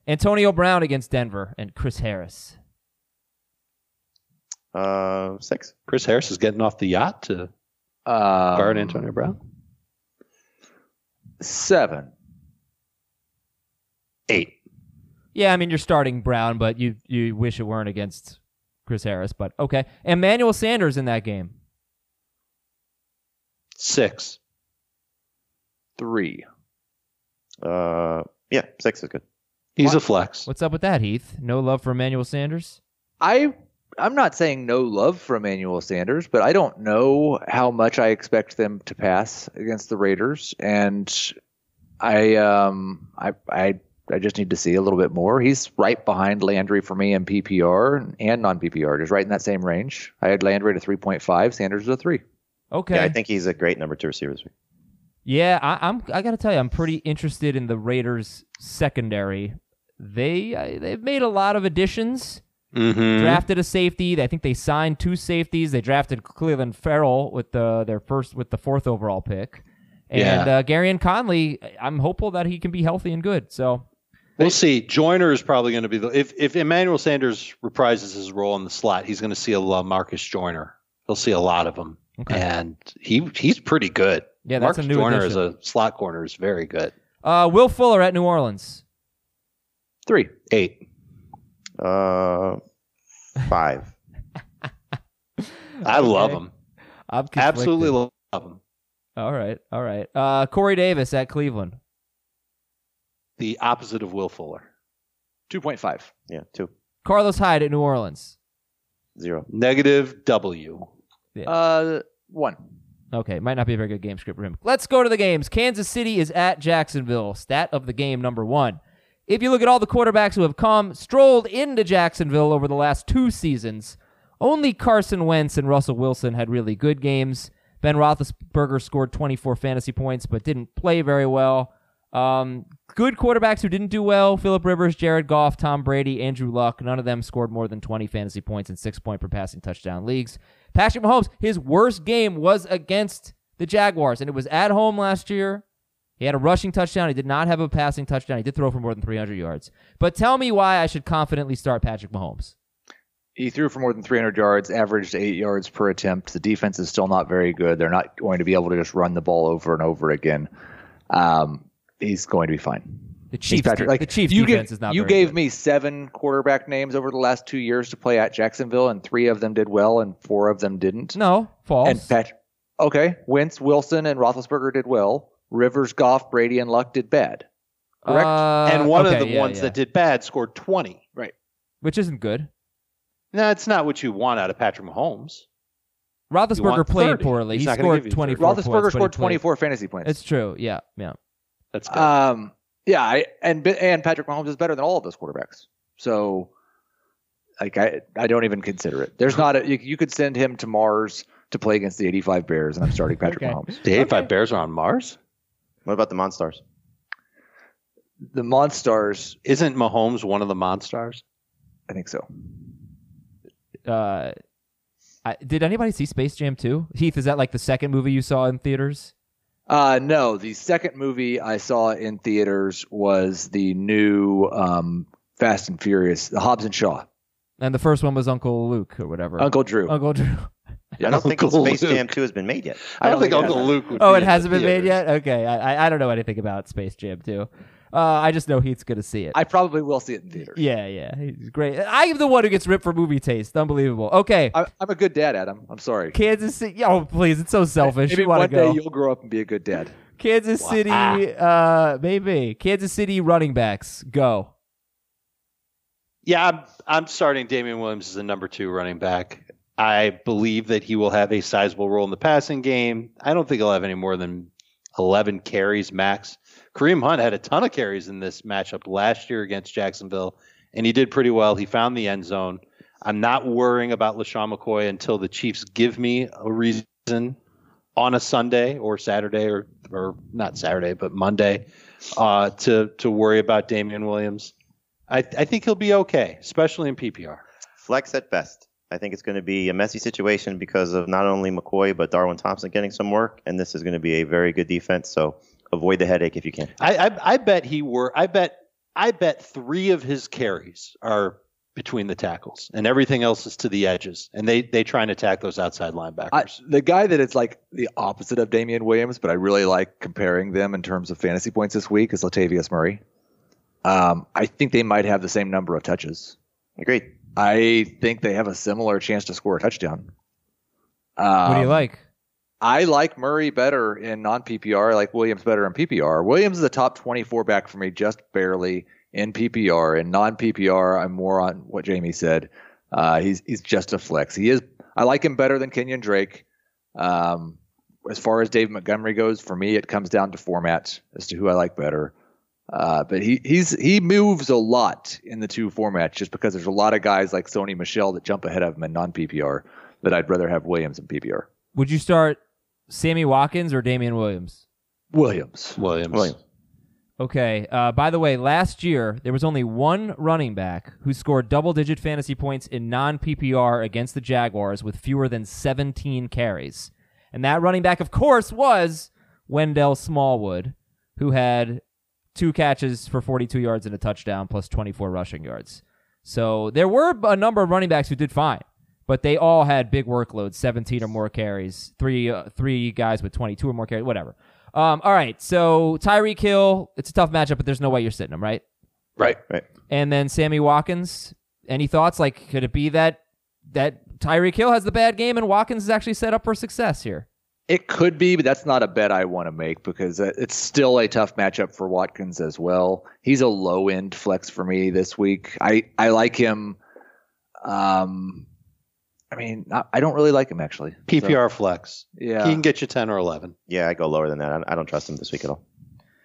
[SPEAKER 3] Antonio Brown against Denver and Chris Harris.
[SPEAKER 6] it. Uh, six.
[SPEAKER 4] Chris Harris is getting off the yacht to
[SPEAKER 5] Um,
[SPEAKER 4] guard Antonio Brown.
[SPEAKER 5] Seven.
[SPEAKER 4] Eight.
[SPEAKER 3] Yeah, I mean, you're starting Brown, but you, you wish it weren't against Chris Harris, but okay. Emmanuel Sanders in that game.
[SPEAKER 4] Six.
[SPEAKER 5] Three.
[SPEAKER 6] Uh, yeah, six is good.
[SPEAKER 4] He's
[SPEAKER 5] What?
[SPEAKER 4] a flex.
[SPEAKER 3] What's up with that, Heath? No love for Emmanuel Sanders?
[SPEAKER 5] I I'm not saying no love for Emmanuel Sanders, but I don't know how much I expect them to pass against the Raiders, and I um I I I just need to see a little bit more. He's right behind Landry for me in PPR and non PPR, just right in that same range. I had Landry at a three point five, Sanders at a three.
[SPEAKER 3] Okay.
[SPEAKER 6] Yeah, I think he's a great number two receiver. this week.
[SPEAKER 3] Yeah, I, I'm. I gotta tell you, I'm pretty interested in the Raiders secondary. They uh, they've made a lot of additions.
[SPEAKER 4] Mm-hmm.
[SPEAKER 3] Drafted a safety. I think they signed two safeties. They drafted Cleveland Farrell with the their first with the fourth overall pick, and
[SPEAKER 4] Yeah.
[SPEAKER 3] uh, Gary and Conley. I'm hopeful that he can be healthy and good. So
[SPEAKER 4] We'll see. Joyner is probably going to be the if if Emmanuel Sanders reprises his role in the slot, he's going to see a lot of Marcus Joyner. He'll see a lot of him and he he's pretty good.
[SPEAKER 3] Yeah, that's
[SPEAKER 4] Mark
[SPEAKER 3] a new
[SPEAKER 4] Joyner
[SPEAKER 3] addition.
[SPEAKER 4] as a slot corner is very good.
[SPEAKER 3] Uh, Will Fuller at New Orleans.
[SPEAKER 5] Three.
[SPEAKER 4] Eight.
[SPEAKER 6] Uh, five.
[SPEAKER 4] I love
[SPEAKER 3] Okay.
[SPEAKER 4] him.
[SPEAKER 3] I'm conflicted.
[SPEAKER 4] Absolutely love him.
[SPEAKER 3] All right, all right. Uh, Corey Davis at Cleveland.
[SPEAKER 4] The opposite of Will Fuller.
[SPEAKER 5] 2.5.
[SPEAKER 6] Yeah, two.
[SPEAKER 3] Carlos Hyde at New Orleans.
[SPEAKER 6] Zero.
[SPEAKER 4] Negative W.
[SPEAKER 5] Uh, one.
[SPEAKER 3] Okay, might not be a very good game script for him. Let's go to the games. Kansas City is at Jacksonville. Stat of the game number one. If you look at all the quarterbacks who have come, strolled into Jacksonville over the last two seasons, only Carson Wentz and Russell Wilson had really good games. Ben Roethlisberger scored 24 fantasy points but didn't play very well. Um, good quarterbacks who didn't do well Philip Rivers, Jared Goff, Tom Brady, Andrew Luck. None of them scored more than 20 fantasy points in six point per passing touchdown leagues. Patrick Mahomes, his worst game was against the Jaguars, and it was at home last year. He had a rushing touchdown. He did not have a passing touchdown. He did throw for more than 300 yards. But tell me why I should confidently start Patrick Mahomes.
[SPEAKER 5] He threw for more than 300 yards, averaged eight yards per attempt. The defense is still not very good. They're not going to be able to just run the ball over and over again. Um, he's going to be fine.
[SPEAKER 3] The
[SPEAKER 5] He's
[SPEAKER 3] Chiefs,
[SPEAKER 5] Patrick. Like
[SPEAKER 3] the Chiefs
[SPEAKER 5] you
[SPEAKER 3] defense
[SPEAKER 5] gave,
[SPEAKER 3] is not.
[SPEAKER 5] You
[SPEAKER 3] very
[SPEAKER 5] gave
[SPEAKER 3] good.
[SPEAKER 5] me seven quarterback names over the last two years to play at Jacksonville, and three of them did well, and four of them didn't.
[SPEAKER 3] no false.
[SPEAKER 5] And Pat, okay, Wentz, Wilson, and Roethlisberger did well. Rivers, Goff, Brady, and Luck did bad. correct?
[SPEAKER 3] Uh,
[SPEAKER 4] and one
[SPEAKER 3] okay,
[SPEAKER 4] of the
[SPEAKER 3] yeah,
[SPEAKER 4] ones
[SPEAKER 3] yeah.
[SPEAKER 4] that did bad scored 20.
[SPEAKER 3] which isn't good.
[SPEAKER 4] No, it's not what you want out of Patrick Mahomes. You
[SPEAKER 3] Roethlisberger
[SPEAKER 4] want
[SPEAKER 3] played
[SPEAKER 4] 30.
[SPEAKER 3] poorly.
[SPEAKER 4] He's
[SPEAKER 3] he
[SPEAKER 4] not gonna give
[SPEAKER 3] scored
[SPEAKER 4] you 30.
[SPEAKER 3] 24 points. but
[SPEAKER 5] Roethlisberger
[SPEAKER 3] he
[SPEAKER 5] scored
[SPEAKER 3] played-
[SPEAKER 5] 24 fantasy points.
[SPEAKER 3] It's true. Yeah, yeah.
[SPEAKER 4] That's good.
[SPEAKER 5] Um, yeah, I, and and Patrick Mahomes is better than all of those quarterbacks. So, like, I I don't even consider it. There's not a you, you could send him to Mars to play against the 85 Bears, and I'm starting Patrick
[SPEAKER 3] Okay.
[SPEAKER 5] Mahomes.
[SPEAKER 4] the 85 Bears are on Mars?
[SPEAKER 6] What about the Monstars?
[SPEAKER 5] The Monstars,
[SPEAKER 4] Isn't Mahomes one of the Monstars?
[SPEAKER 5] I think so.
[SPEAKER 3] Uh, I, did anybody see Space Jam 2? Heath, is that like the second movie you saw in theaters?
[SPEAKER 5] Uh, no, the second movie I saw in theaters was the new um, Fast and Furious, the Hobbs and Shaw,
[SPEAKER 3] And the first one was Uncle Luke or whatever.
[SPEAKER 5] Uncle Drew.
[SPEAKER 3] Uncle Drew.
[SPEAKER 6] I don't think
[SPEAKER 4] Uncle
[SPEAKER 6] Space
[SPEAKER 4] Luke.
[SPEAKER 6] Jam 2 has been made yet.
[SPEAKER 4] I don't think
[SPEAKER 5] think it
[SPEAKER 4] Uncle
[SPEAKER 5] has.
[SPEAKER 4] Luke would
[SPEAKER 3] Oh,
[SPEAKER 4] be
[SPEAKER 3] it
[SPEAKER 4] in the
[SPEAKER 3] hasn't been made
[SPEAKER 4] theaters.
[SPEAKER 3] yet. Okay, I, I- I don't know anything about Space Jam 2. Uh, I just know Heath's gonna see it.
[SPEAKER 5] I probably will see it in theaters.
[SPEAKER 3] yeah, yeah, he's great. I am the one who gets ripped for movie taste. Unbelievable. Okay,
[SPEAKER 5] I, I'm a good dad, Adam. I'm sorry.
[SPEAKER 3] Kansas City. Oh, please, it's so selfish.
[SPEAKER 5] Maybe
[SPEAKER 3] you want
[SPEAKER 5] one
[SPEAKER 3] to go?
[SPEAKER 5] day you'll grow up and be a good dad.
[SPEAKER 3] Kansas City. Uh, maybe Kansas City running backs go.
[SPEAKER 4] Yeah, I'm, I'm starting Damian Williams as the number two running back. I believe that he will have a sizable role in the passing game. I don't think he'll have any more than 11 carries max. Kareem Hunt had a ton of carries in this matchup last year against Jacksonville, and he did pretty well. He found the end zone. I'm not worrying about LaShawn McCoy until the Chiefs give me a reason on a Sunday or Saturday or, or not Saturday, but Monday uh, to, to worry about Damian Williams. I, I think he'll be okay, especially in PPR.
[SPEAKER 6] Flex at best. I think it's going to be a messy situation because of not only McCoy, but Darwin Thompson getting some work. And this is going to be a very good defense. So avoid the headache if you can.
[SPEAKER 4] I, I I bet he were. I bet I bet three of his carries are between the tackles, and everything else is to the edges, and they they try and attack those outside linebackers.
[SPEAKER 5] I, the guy that is like the opposite of Damian Williams, but I really like comparing them in terms of fantasy points this week is Latavius Murray. Um, I think they might have the same number of touches.
[SPEAKER 6] Agreed.
[SPEAKER 5] I think they have a similar chance to score a touchdown. Um,
[SPEAKER 3] What do you like?
[SPEAKER 5] I like Murray better in non PPR. I like Williams better in PPR. Williams is a top 24 back for me, just barely in PPR. In non PPR, I'm more on what Jamie said. Uh, he's he's just a flex. He is. I like him better than Kenyon Drake. Um, as far as Dave Montgomery goes, for me, it comes down to format as to who I like better. Uh, but he he's he moves a lot in the two formats just because there's a lot of guys like Sony Michelle that jump ahead of him in non PPR that I'd rather have Williams in PPR.
[SPEAKER 3] Would you start Sammy Watkins or Damian Williams?
[SPEAKER 5] Williams.
[SPEAKER 4] Williams.
[SPEAKER 6] Williams.
[SPEAKER 3] Okay. Uh, by the way, last year there was only one running back who scored double-digit fantasy points in non-PPR against the Jaguars with fewer than 17 carries, and that running back, of course, was Wendell Smallwood, who had two catches for 42 yards and a touchdown, plus 24 rushing yards. So there were a number of running backs who did fine. But they all had big workloads, 17 or more carries, three uh, three guys with 22 or more carries, whatever. Um, all right, so Tyreek Hill, it's a tough matchup, but there's no way you're sitting him, right?
[SPEAKER 4] Right.
[SPEAKER 6] Right.
[SPEAKER 3] And then Sammy Watkins, any thoughts? Like, could it be that that Tyreek Hill has the bad game and Watkins is actually set up for success here?
[SPEAKER 5] It could be, but that's not a bet I want to make because uh, it's still a tough matchup for Watkins as well. He's a low end flex for me this week. I, I like him. Um, I mean, I, I don't really like him actually.
[SPEAKER 4] PPR flex.
[SPEAKER 5] Yeah.
[SPEAKER 4] He can get you 10 or 11.
[SPEAKER 6] Yeah, I go lower than that. I- I don't trust him this week at all.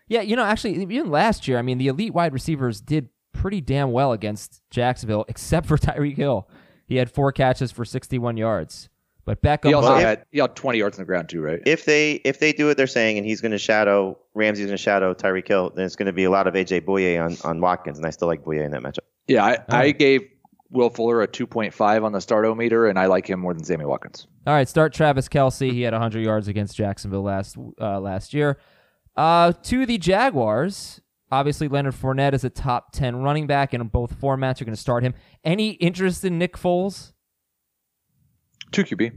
[SPEAKER 3] Yeah, you know, actually, even last year, I mean, the elite wide receivers did pretty damn well against Jacksonville, except for Tyreek Hill. He had four catches for 61 yards. But Beckham,
[SPEAKER 5] He also
[SPEAKER 6] Well, if-
[SPEAKER 5] had he had 20 yards on the ground too, right?
[SPEAKER 6] If they if they do what they're saying and he's going to shadow Ramsey's going to shadow Tyreek Hill, then it's going to be a lot of AJ Bouye on, on Watkins, and I still like Bouye in that matchup.
[SPEAKER 5] yeah, I, I
[SPEAKER 3] right.
[SPEAKER 5] gave Will Fuller a 2.5 on the start meter, and I like him more than Sammy Watkins.
[SPEAKER 3] all right, start Travis Kelsey. He had 100 yards against Jacksonville last uh, last year. Uh, to the Jaguars, obviously Leonard Fournette is a top 10 running back in both formats. You're going to start him. Any interest in Nick Foles?
[SPEAKER 5] Two QB.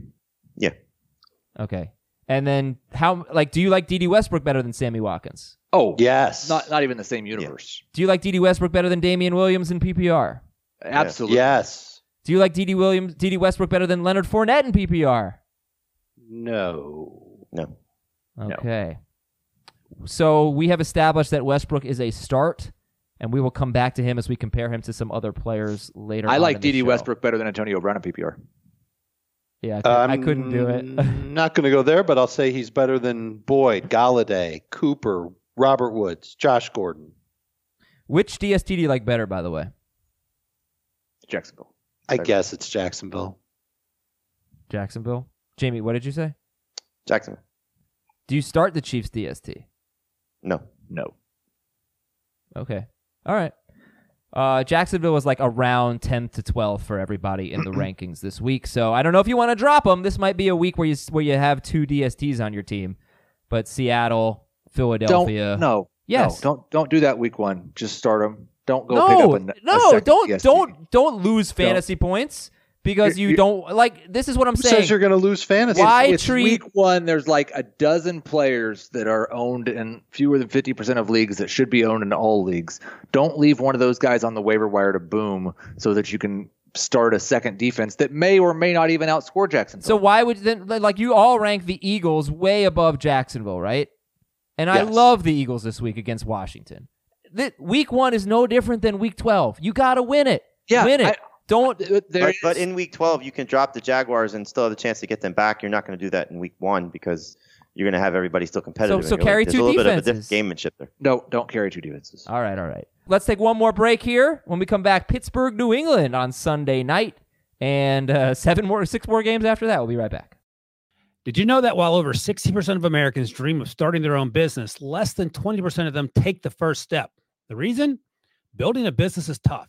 [SPEAKER 3] Okay. And then how like do you like DD Westbrook better than Sammy Watkins?
[SPEAKER 5] Oh,
[SPEAKER 4] Yes.
[SPEAKER 5] Not not even the same universe.
[SPEAKER 3] Do you like DD Westbrook better than Damian Williams in PPR?
[SPEAKER 5] Absolutely.
[SPEAKER 4] yes.
[SPEAKER 3] Do you like DD Williams, DD Westbrook better than Leonard Fournette in PPR?
[SPEAKER 4] No.
[SPEAKER 6] No,
[SPEAKER 3] Okay. So we have established that Westbrook is a start, and we will come back to him as we compare him to some other players later.
[SPEAKER 5] I
[SPEAKER 3] on
[SPEAKER 5] like
[SPEAKER 3] in the
[SPEAKER 5] DD
[SPEAKER 3] show.
[SPEAKER 5] Westbrook better than Antonio Brown in PPR.
[SPEAKER 3] Yeah, I, cou- I
[SPEAKER 4] Um,
[SPEAKER 3] couldn't do it.
[SPEAKER 4] I'm not going to go there, but I'll say he's better than Boyd, Galladay, Cooper, Robert Woods, Josh Gordon.
[SPEAKER 3] Which DST do you like better, by the way?
[SPEAKER 5] Jacksonville.
[SPEAKER 4] I guess it's Jacksonville.
[SPEAKER 3] Jacksonville. Jamie, what did you say?
[SPEAKER 6] Jackson.
[SPEAKER 3] Do you start the Chiefs DST?
[SPEAKER 6] No,
[SPEAKER 5] No.
[SPEAKER 3] Okay. All right. Uh, Jacksonville was like around 10th to 12th for everybody in the rankings this week. So I don't know if you want to drop them. This might be a week where you where you have two DSTs on your team, but Seattle, Philadelphia.
[SPEAKER 5] Don't no.
[SPEAKER 3] Yes.
[SPEAKER 5] No, don't don't do that week one. Just start him. Don't go pick
[SPEAKER 3] no,
[SPEAKER 5] up a, a
[SPEAKER 3] no,
[SPEAKER 5] second
[SPEAKER 3] don't
[SPEAKER 5] EST.
[SPEAKER 3] don't don't lose fantasy points because
[SPEAKER 5] You-
[SPEAKER 3] you
[SPEAKER 5] you-
[SPEAKER 3] don't like. This is what I'm
[SPEAKER 4] Who says you're
[SPEAKER 3] saying.
[SPEAKER 4] going to lose fantasy?
[SPEAKER 3] Why
[SPEAKER 5] It's
[SPEAKER 3] treat
[SPEAKER 5] week one. There's like a dozen players that are owned in fewer than fifty percent of leagues that should be owned in all leagues. Don't leave one of those guys on the waiver wire to boom so that you can start a second defense that may or may not even outscore Jacksonville.
[SPEAKER 3] So why would then like you all rank the Eagles way above Jacksonville, right? And I
[SPEAKER 4] Yes.
[SPEAKER 3] love the Eagles this week against Washington. Th- week one is no different than week twelve. You gotta win it.
[SPEAKER 5] Yeah,
[SPEAKER 3] win it.
[SPEAKER 5] I-
[SPEAKER 3] Don't.
[SPEAKER 5] Th- there
[SPEAKER 6] but,
[SPEAKER 5] is-
[SPEAKER 6] but in week twelve you can drop the Jaguars and still have a chance to get them back. You're not going to do that in week one because you're going to have everybody still
[SPEAKER 3] So-
[SPEAKER 6] competitive. in
[SPEAKER 3] so
[SPEAKER 6] your league.
[SPEAKER 3] carry
[SPEAKER 6] There's
[SPEAKER 3] two
[SPEAKER 6] a little bit of a
[SPEAKER 3] defenses.
[SPEAKER 6] diff- gamemanship there.
[SPEAKER 5] no, don't carry two defenses.
[SPEAKER 3] All right, all right. Let's take one more break here. When we come back, Pittsburgh, New England on Sunday night, and uh, seven more, six more games after that. We'll be right back.
[SPEAKER 9] Did you know that while over 60% of Americans dream of starting their own business, less than 20% of them take the first step? The reason? Building a business is tough.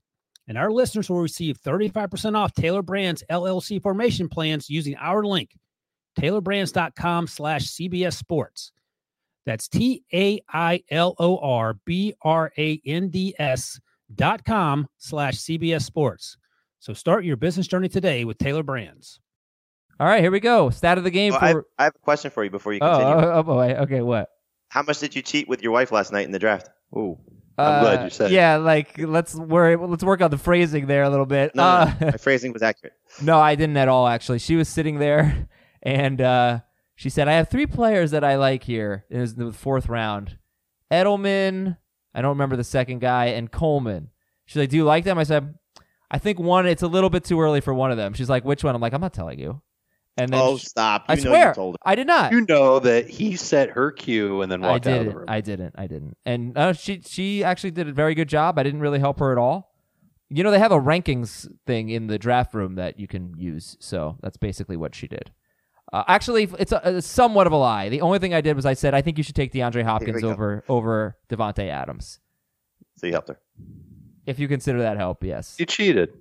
[SPEAKER 9] And our listeners will receive 35% off Taylor Brands LLC formation plans using our link, taylorbrands.com slash CBS Sports. That's T A I L O R B R A N D S dot com slash CBS Sports. So start your business journey today with Taylor Brands.
[SPEAKER 3] All right, here we go. Stat of the game
[SPEAKER 6] Well, Oh, I,
[SPEAKER 3] for.
[SPEAKER 6] I have a question for you before you
[SPEAKER 3] Oh,
[SPEAKER 6] continue.
[SPEAKER 3] oh, oh boy. Okay, what?
[SPEAKER 6] How much did you cheat with your wife last night in the draft?
[SPEAKER 4] Ooh. I'm glad you said it.
[SPEAKER 3] Uh, Yeah, like let's worry. Let's work on the phrasing there a little bit.
[SPEAKER 6] No,
[SPEAKER 3] uh,
[SPEAKER 6] no, no. my phrasing was accurate.
[SPEAKER 3] No, I didn't at all, actually. She was sitting there and uh, she said, I have three players that I like here. It was the fourth round Edelman, I don't remember the second guy, and Coleman. She's like, Do you like them? I said, I think one, it's a little bit too early for one of them. She's like, Which one? I'm like, I'm not telling you. And then
[SPEAKER 6] Oh,
[SPEAKER 3] she-
[SPEAKER 6] stop! You
[SPEAKER 3] I
[SPEAKER 6] know
[SPEAKER 3] swear,
[SPEAKER 6] you told her.
[SPEAKER 3] I did not.
[SPEAKER 4] You know that he set her cue and then
[SPEAKER 3] I
[SPEAKER 4] walked out of the
[SPEAKER 3] didn't.
[SPEAKER 4] room.
[SPEAKER 3] I didn't. I didn't. And uh, she she actually did a very good job. I didn't really help her at all. You know, they have a rankings thing in the draft room that you can use. So that's basically what she did. Uh, actually, it's a, it's somewhat of a lie. The only thing I did was I said I think you should take DeAndre Hopkins
[SPEAKER 6] go.
[SPEAKER 3] over over Devonte Adams.
[SPEAKER 6] So you helped her.
[SPEAKER 3] If you consider that help, yes.
[SPEAKER 4] You cheated.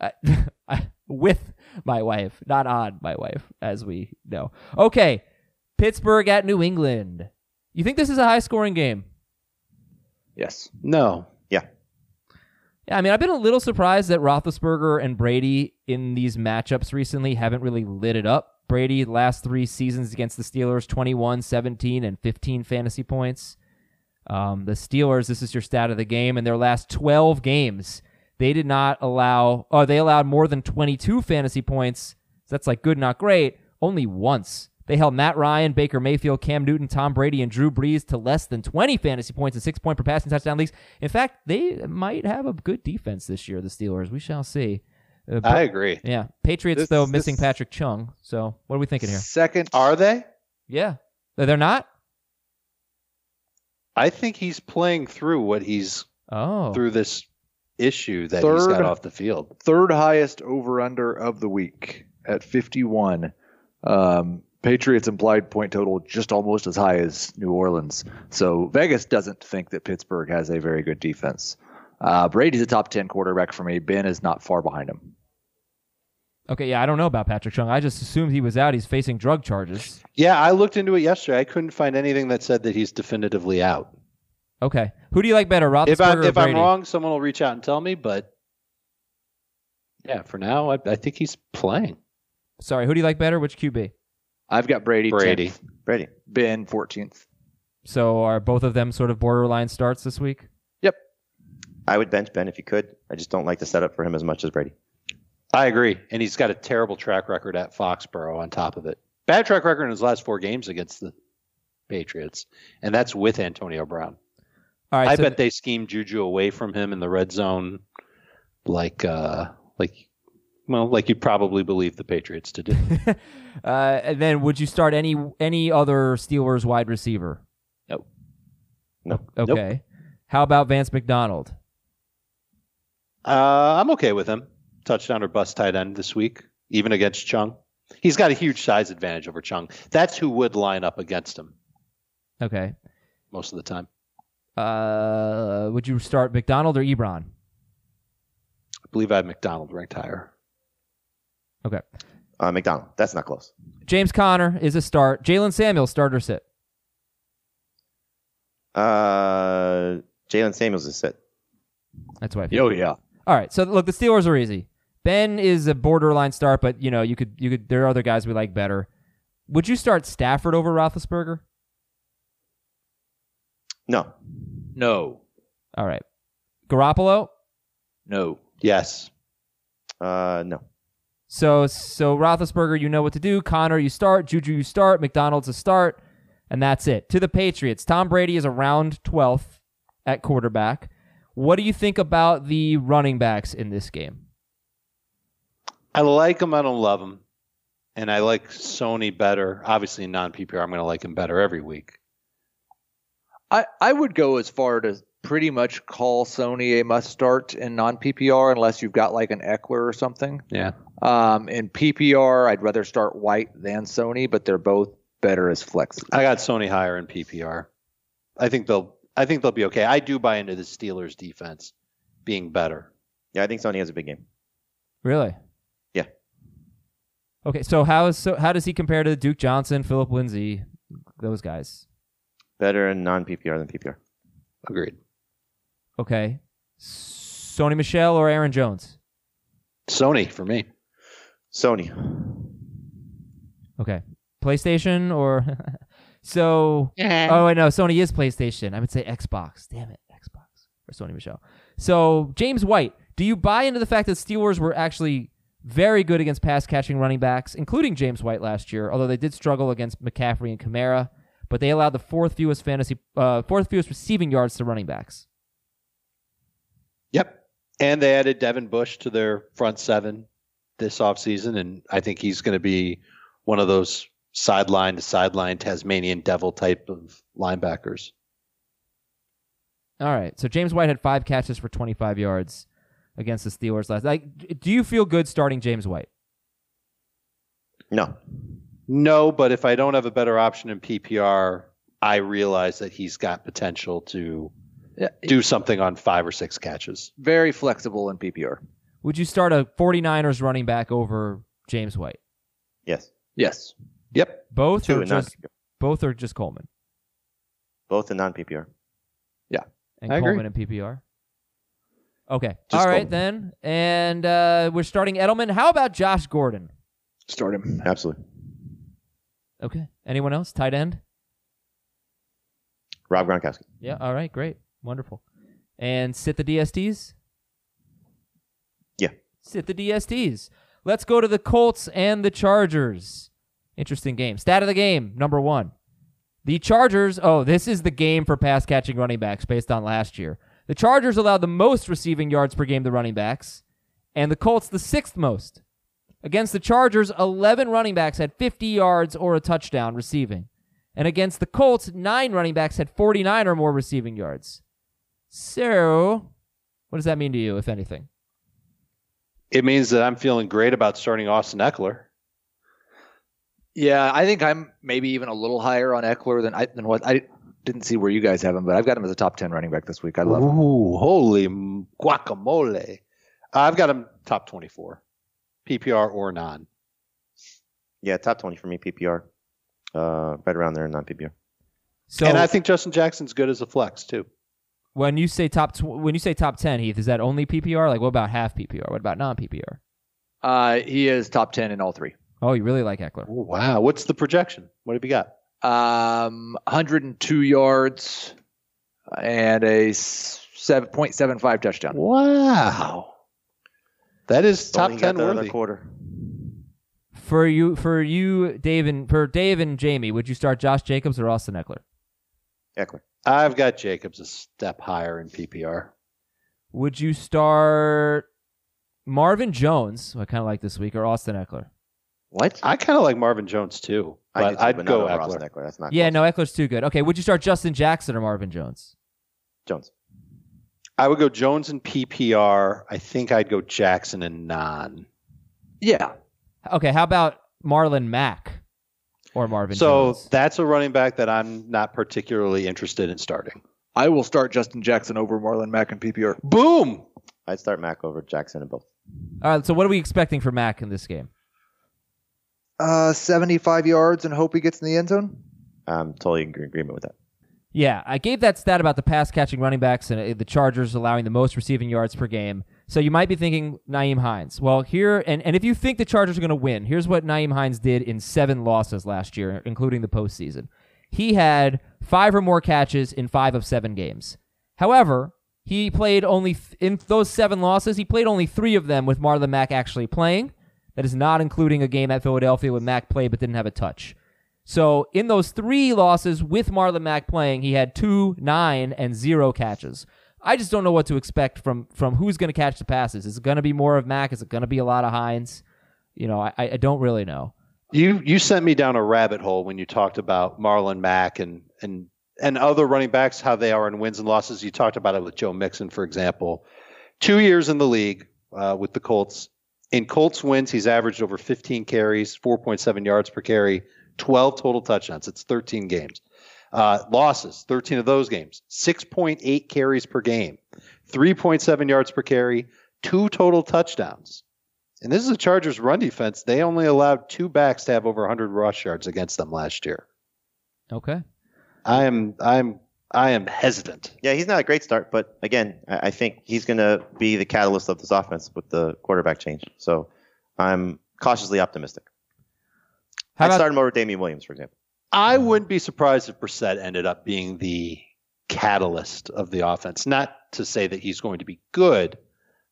[SPEAKER 3] I, I- with my wife, not on my wife, as we know. Okay, Pittsburgh at New England. You think this is a high scoring game?
[SPEAKER 5] Yes.
[SPEAKER 4] No.
[SPEAKER 3] Yeah, I mean, I've been a little surprised that Roethlisberger and Brady in these matchups recently haven't really lit it up. Brady last three seasons against the Steelers 21, 17, and 15 fantasy points. Um, the Steelers, this is your stat of the game, in their last 12 games, they did not allow, or they allowed more than 22 fantasy points. So that's like good, not great, only once. They held Matt Ryan, Baker Mayfield, Cam Newton, Tom Brady, and Drew Brees to less than 20 fantasy points and six point per passing touchdown leagues. In fact, they might have a good defense this year, the Steelers. We shall see. Uh,
[SPEAKER 4] I agree.
[SPEAKER 3] yeah. Patriots,
[SPEAKER 4] This-
[SPEAKER 3] though,
[SPEAKER 4] this-
[SPEAKER 3] missing Patrick Chung. So what are we thinking here?
[SPEAKER 4] Second, are they?
[SPEAKER 3] Yeah. They're not?
[SPEAKER 4] I think he's playing through what he's
[SPEAKER 3] Oh.
[SPEAKER 4] through this issue that he's
[SPEAKER 5] Third.
[SPEAKER 4] got off the field.
[SPEAKER 5] Third highest over under of the week at 51. Um, Patriots implied point total just almost as high as New Orleans. So Vegas doesn't think that Pittsburgh has a very good defense. Uh, Brady's a top 10 quarterback for me. Ben is not far behind him.
[SPEAKER 3] Okay. Yeah. I don't know about Patrick Chung. I just assumed he was out. He's facing drug charges.
[SPEAKER 4] Yeah, I looked into it yesterday. I couldn't find anything that said that he's definitively out.
[SPEAKER 3] Okay. Who do you like better, Roethlisberger
[SPEAKER 4] if I'm,
[SPEAKER 3] or
[SPEAKER 4] if I'm
[SPEAKER 3] Brady?
[SPEAKER 4] wrong, someone will reach out and tell me. But yeah, for now, I, I think he's playing.
[SPEAKER 3] Sorry. Who do you like better? Which QB?
[SPEAKER 5] I've got Brady.
[SPEAKER 4] Brady.
[SPEAKER 5] 10th,
[SPEAKER 6] Brady.
[SPEAKER 5] ben 14th.
[SPEAKER 3] So are both of them sort of borderline starts this week?
[SPEAKER 6] I would bench Ben if you could. I just don't like the setup for him as much as Brady.
[SPEAKER 4] I agree, and he's got a terrible track record at Foxborough. On top of it, bad track record in his last four games against the Patriots, and that's with Antonio Brown.
[SPEAKER 3] All right.
[SPEAKER 4] I
[SPEAKER 3] so
[SPEAKER 4] bet they schemed Juju away from him in the red zone, like uh, like well, like you probably believe the Patriots to do.
[SPEAKER 3] uh, and then would you start any any other Steelers wide receiver?
[SPEAKER 4] Nope.
[SPEAKER 6] No.
[SPEAKER 3] Okay. How about Vance McDonald?
[SPEAKER 4] Uh, I'm okay with him. Touchdown or bust tight end this week, even against Chung. He's got a huge size advantage over Chung. That's who would line up against him
[SPEAKER 3] Okay.
[SPEAKER 4] most of the time.
[SPEAKER 3] Uh, would you start McDonald or Ebron?
[SPEAKER 4] I believe I have McDonald ranked higher.
[SPEAKER 3] Okay.
[SPEAKER 6] Uh, McDonald. That's not close.
[SPEAKER 3] James Conner is a start. Jalen Samuels, starter sit.
[SPEAKER 6] Uh, Jalen Samuels is set.
[SPEAKER 3] That's why. I feel.
[SPEAKER 5] Oh, yeah.
[SPEAKER 3] All right. So look, the Steelers are easy. Ben is a borderline start, but you know you could you could. There are other guys we like better. Would you start Stafford over Roethlisberger?
[SPEAKER 6] No.
[SPEAKER 5] No.
[SPEAKER 3] All right. Garoppolo.
[SPEAKER 5] No.
[SPEAKER 4] Yes.
[SPEAKER 6] Uh, no.
[SPEAKER 3] So so Roethlisberger, you know what to do. Connor, you start. Juju, you start. McDonald's a start, and that's it. To the Patriots, Tom Brady is around twelfth at quarterback. What do you think about the running backs in this game?
[SPEAKER 4] I like him. I don't love him. And I like Sony better. Obviously, non PPR, I'm going to like him better every week.
[SPEAKER 5] I, I would go as far to pretty much call Sony a must start in non PPR unless you've got like an Eckler or something.
[SPEAKER 4] Yeah.
[SPEAKER 5] Um, in PPR, I'd rather start White than Sony, but they're both better as flexes.
[SPEAKER 4] I got Sony higher in PPR. I think they'll. I think they'll be okay. I do buy into the Steelers defense being better.
[SPEAKER 6] Yeah, I think Sony has a big game.
[SPEAKER 3] Really?
[SPEAKER 6] Yeah.
[SPEAKER 3] Okay. So how is so how does he compare to Duke Johnson, Philip Lindsay, those guys?
[SPEAKER 6] Better in non PPR than PPR.
[SPEAKER 4] Agreed.
[SPEAKER 3] Okay. Sony Michelle or Aaron Jones?
[SPEAKER 4] Sony for me.
[SPEAKER 6] Sony.
[SPEAKER 3] Okay. PlayStation or so Oh wait, no, Sony is PlayStation. I would say Xbox. Damn it, Xbox. Or Sony Michelle. So James White, do you buy into the fact that Steelers were actually very good against pass catching running backs, including James White last year, although they did struggle against McCaffrey and Kamara, but they allowed the fourth fewest fantasy uh, fourth fewest receiving yards to running backs.
[SPEAKER 4] Yep. And they added Devin Bush to their front seven this offseason. And I think he's going to be one of those sideline to sideline Tasmanian devil type of linebackers.
[SPEAKER 3] All right. So James White had five catches for 25 yards. against the Steelers last. Like, d- do you feel good starting James White?
[SPEAKER 6] No.
[SPEAKER 4] No, but if I don't have a better option in PPR, I realize that he's got potential to
[SPEAKER 5] Yeah,
[SPEAKER 4] do something on five or six catches.
[SPEAKER 5] very flexible in PPR.
[SPEAKER 3] Would you start a 49ers running back over James White?
[SPEAKER 6] Yes.
[SPEAKER 5] Yes.
[SPEAKER 4] Yep.
[SPEAKER 3] Both
[SPEAKER 6] Two
[SPEAKER 3] are
[SPEAKER 6] and non
[SPEAKER 3] just both are just Coleman
[SPEAKER 6] both in non PPR.
[SPEAKER 3] and
[SPEAKER 5] I agree.
[SPEAKER 3] Coleman and PPR. Okay.
[SPEAKER 4] Just
[SPEAKER 3] All right then, and uh, we're starting Edelman. How about Josh Gordon?
[SPEAKER 5] Start him.
[SPEAKER 6] Absolutely.
[SPEAKER 3] Okay. Anyone else? Tight end.
[SPEAKER 6] Rob Gronkowski.
[SPEAKER 3] Yeah. All right. Great. Wonderful. And sit the DSTs.
[SPEAKER 6] Yeah.
[SPEAKER 3] Sit the DSTs. Let's go to the Colts and the Chargers. Interesting game. Stat of the game number one. The Chargers. Oh, this is the game for pass catching running backs based on last year. The Chargers allowed the most receiving yards per game to running backs, and the Colts the sixth most. Against the Chargers, 11 running backs had 50 yards or a touchdown receiving. And against the Colts, nine running backs had 49 or more receiving yards. So, what does that mean to you, if anything?
[SPEAKER 4] It means that I'm feeling great about starting Austin Eckler.
[SPEAKER 5] Yeah, I think I'm maybe even a little higher on Eckler than I than what I didn't see where you guys have him, but I've got him as a top ten running back this week. I love him.
[SPEAKER 4] Ooh, holy m- guacamole. I've got him top 24, PPR or non.
[SPEAKER 6] Yeah, top twenty for me, PPR. Uh, right around there in non PPR.
[SPEAKER 3] So,
[SPEAKER 4] and I think Justin Jackson's good as a flex, too.
[SPEAKER 3] when you say top tw- when you say top 10, Heath, is that only PPR? Like, what about half PPR? What about non PPR?
[SPEAKER 5] Uh, he is top ten in all three.
[SPEAKER 3] Oh, you really like Eckler.
[SPEAKER 4] Ooh, wow. What's the projection? What have you got?
[SPEAKER 5] Um, 102 yards and a s- 7.75 touchdown.
[SPEAKER 4] Wow. That is top
[SPEAKER 6] Only got
[SPEAKER 4] 10
[SPEAKER 6] the other
[SPEAKER 4] worthy.
[SPEAKER 6] quarter.
[SPEAKER 3] For you, for you, Dave and for Dave and Jamie, would you start Josh Jacobs or Austin Eckler?
[SPEAKER 6] Eckler.
[SPEAKER 4] I've got Jacobs a step higher in PPR.
[SPEAKER 3] Would you start Marvin Jones, who I kind of like this week, or Austin Eckler?
[SPEAKER 6] What?
[SPEAKER 4] I kind of like Marvin Jones, too. But
[SPEAKER 6] do too,
[SPEAKER 4] I'd
[SPEAKER 6] but not
[SPEAKER 4] go
[SPEAKER 6] over Austin
[SPEAKER 4] Eckler.
[SPEAKER 6] Eckler. That's not
[SPEAKER 3] Yeah,
[SPEAKER 6] close.
[SPEAKER 3] no, Eckler's too good. Okay, would you start Justin Jackson or Marvin Jones?
[SPEAKER 6] Jones.
[SPEAKER 4] I would go Jones in PPR. I think I'd go Jackson and non.
[SPEAKER 5] Yeah.
[SPEAKER 3] Okay, how about Marlon Mack or Marvin
[SPEAKER 4] so
[SPEAKER 3] Jones?
[SPEAKER 4] that's a running back that I'm not particularly interested in starting.
[SPEAKER 5] I will start Justin Jackson over Marlon Mack in PPR.
[SPEAKER 4] Boom.
[SPEAKER 6] I'd start Mac over Jackson and both.
[SPEAKER 3] All right, so what are we expecting for Mack in this game?
[SPEAKER 5] Uh, 75 yards and hope he gets in the end zone.
[SPEAKER 6] I'm Um, totally in agreement with that.
[SPEAKER 3] Yeah, I gave that stat about the pass catching running backs and uh, the Chargers allowing the most receiving yards per game. So you might be thinking Naeem Hines. Well, here and, and if you think the Chargers are going to win, here's what Naeem Hines did in seven losses last year, including the postseason. He had five or more catches in five of seven games. However, he played only th- in those seven losses. He played only three of them with Marlon Mack actually playing. That is not including a game at Philadelphia when Mack played but didn't have a touch. So in those three losses with Marlon Mack playing, he had two, nine, and zero catches. I just don't know what to expect from from who's going to catch the passes. Is it going to be more of Mack? Is it going to be a lot of Hines? You know, I, I don't really know.
[SPEAKER 4] You you sent me down a rabbit hole when you talked about Marlon Mack and and and other running backs how they are in wins and losses. You talked about it with Joe Mixon, for example. Two years in the league uh, with the Colts. In Colts wins, he's averaged over 15 carries, 4.7 yards per carry, 12 total touchdowns. It's 13 games. Uh, losses, 13 of those games, 6.8 carries per game, 3.7 yards per carry, two total touchdowns. And this is the Chargers' run defense. They only allowed two backs to have over 100 rush yards against them last year.
[SPEAKER 3] Okay.
[SPEAKER 4] I am, I'm, I am hesitant.
[SPEAKER 6] Yeah, he's not a great start, but again, I, I think he's going to be the catalyst of this offense with the quarterback change. So I'm cautiously optimistic.
[SPEAKER 3] How
[SPEAKER 6] I'd
[SPEAKER 3] about
[SPEAKER 6] start him over Damian Williams, for example.
[SPEAKER 4] I
[SPEAKER 3] Mm-hmm.
[SPEAKER 4] wouldn't be surprised if Brissett ended up being the catalyst of the offense. Not to say that he's going to be good,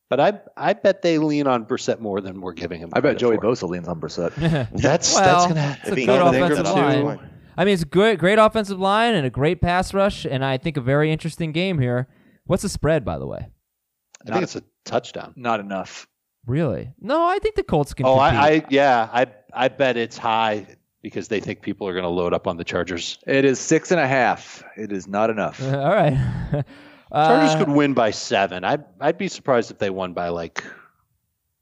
[SPEAKER 4] but I, I bet they lean on Brissett more than we're giving him.
[SPEAKER 5] I bet
[SPEAKER 4] credit
[SPEAKER 5] Joey
[SPEAKER 4] for.
[SPEAKER 5] Bosa leans on Brissett.
[SPEAKER 4] That's
[SPEAKER 3] Well,
[SPEAKER 4] that's gonna.
[SPEAKER 3] it's a
[SPEAKER 6] Being
[SPEAKER 3] good
[SPEAKER 6] Melvin Ingram,
[SPEAKER 3] offensive
[SPEAKER 6] too.
[SPEAKER 3] line. I mean, it's a great, great offensive line and a great pass rush, and I think a very interesting game here. What's the spread, by the way?
[SPEAKER 4] I think it's a touchdown.
[SPEAKER 5] Not enough.
[SPEAKER 3] Really? No, I think the Colts can.
[SPEAKER 4] Oh, I,
[SPEAKER 3] compete.
[SPEAKER 4] I, yeah, I, I bet it's high because they think people are going to load up on the Chargers.
[SPEAKER 5] It is six and a half. It is not enough.
[SPEAKER 3] Uh, all right.
[SPEAKER 4] Chargers
[SPEAKER 3] Uh,
[SPEAKER 4] could win by seven. I'd I'd be surprised if they won by like,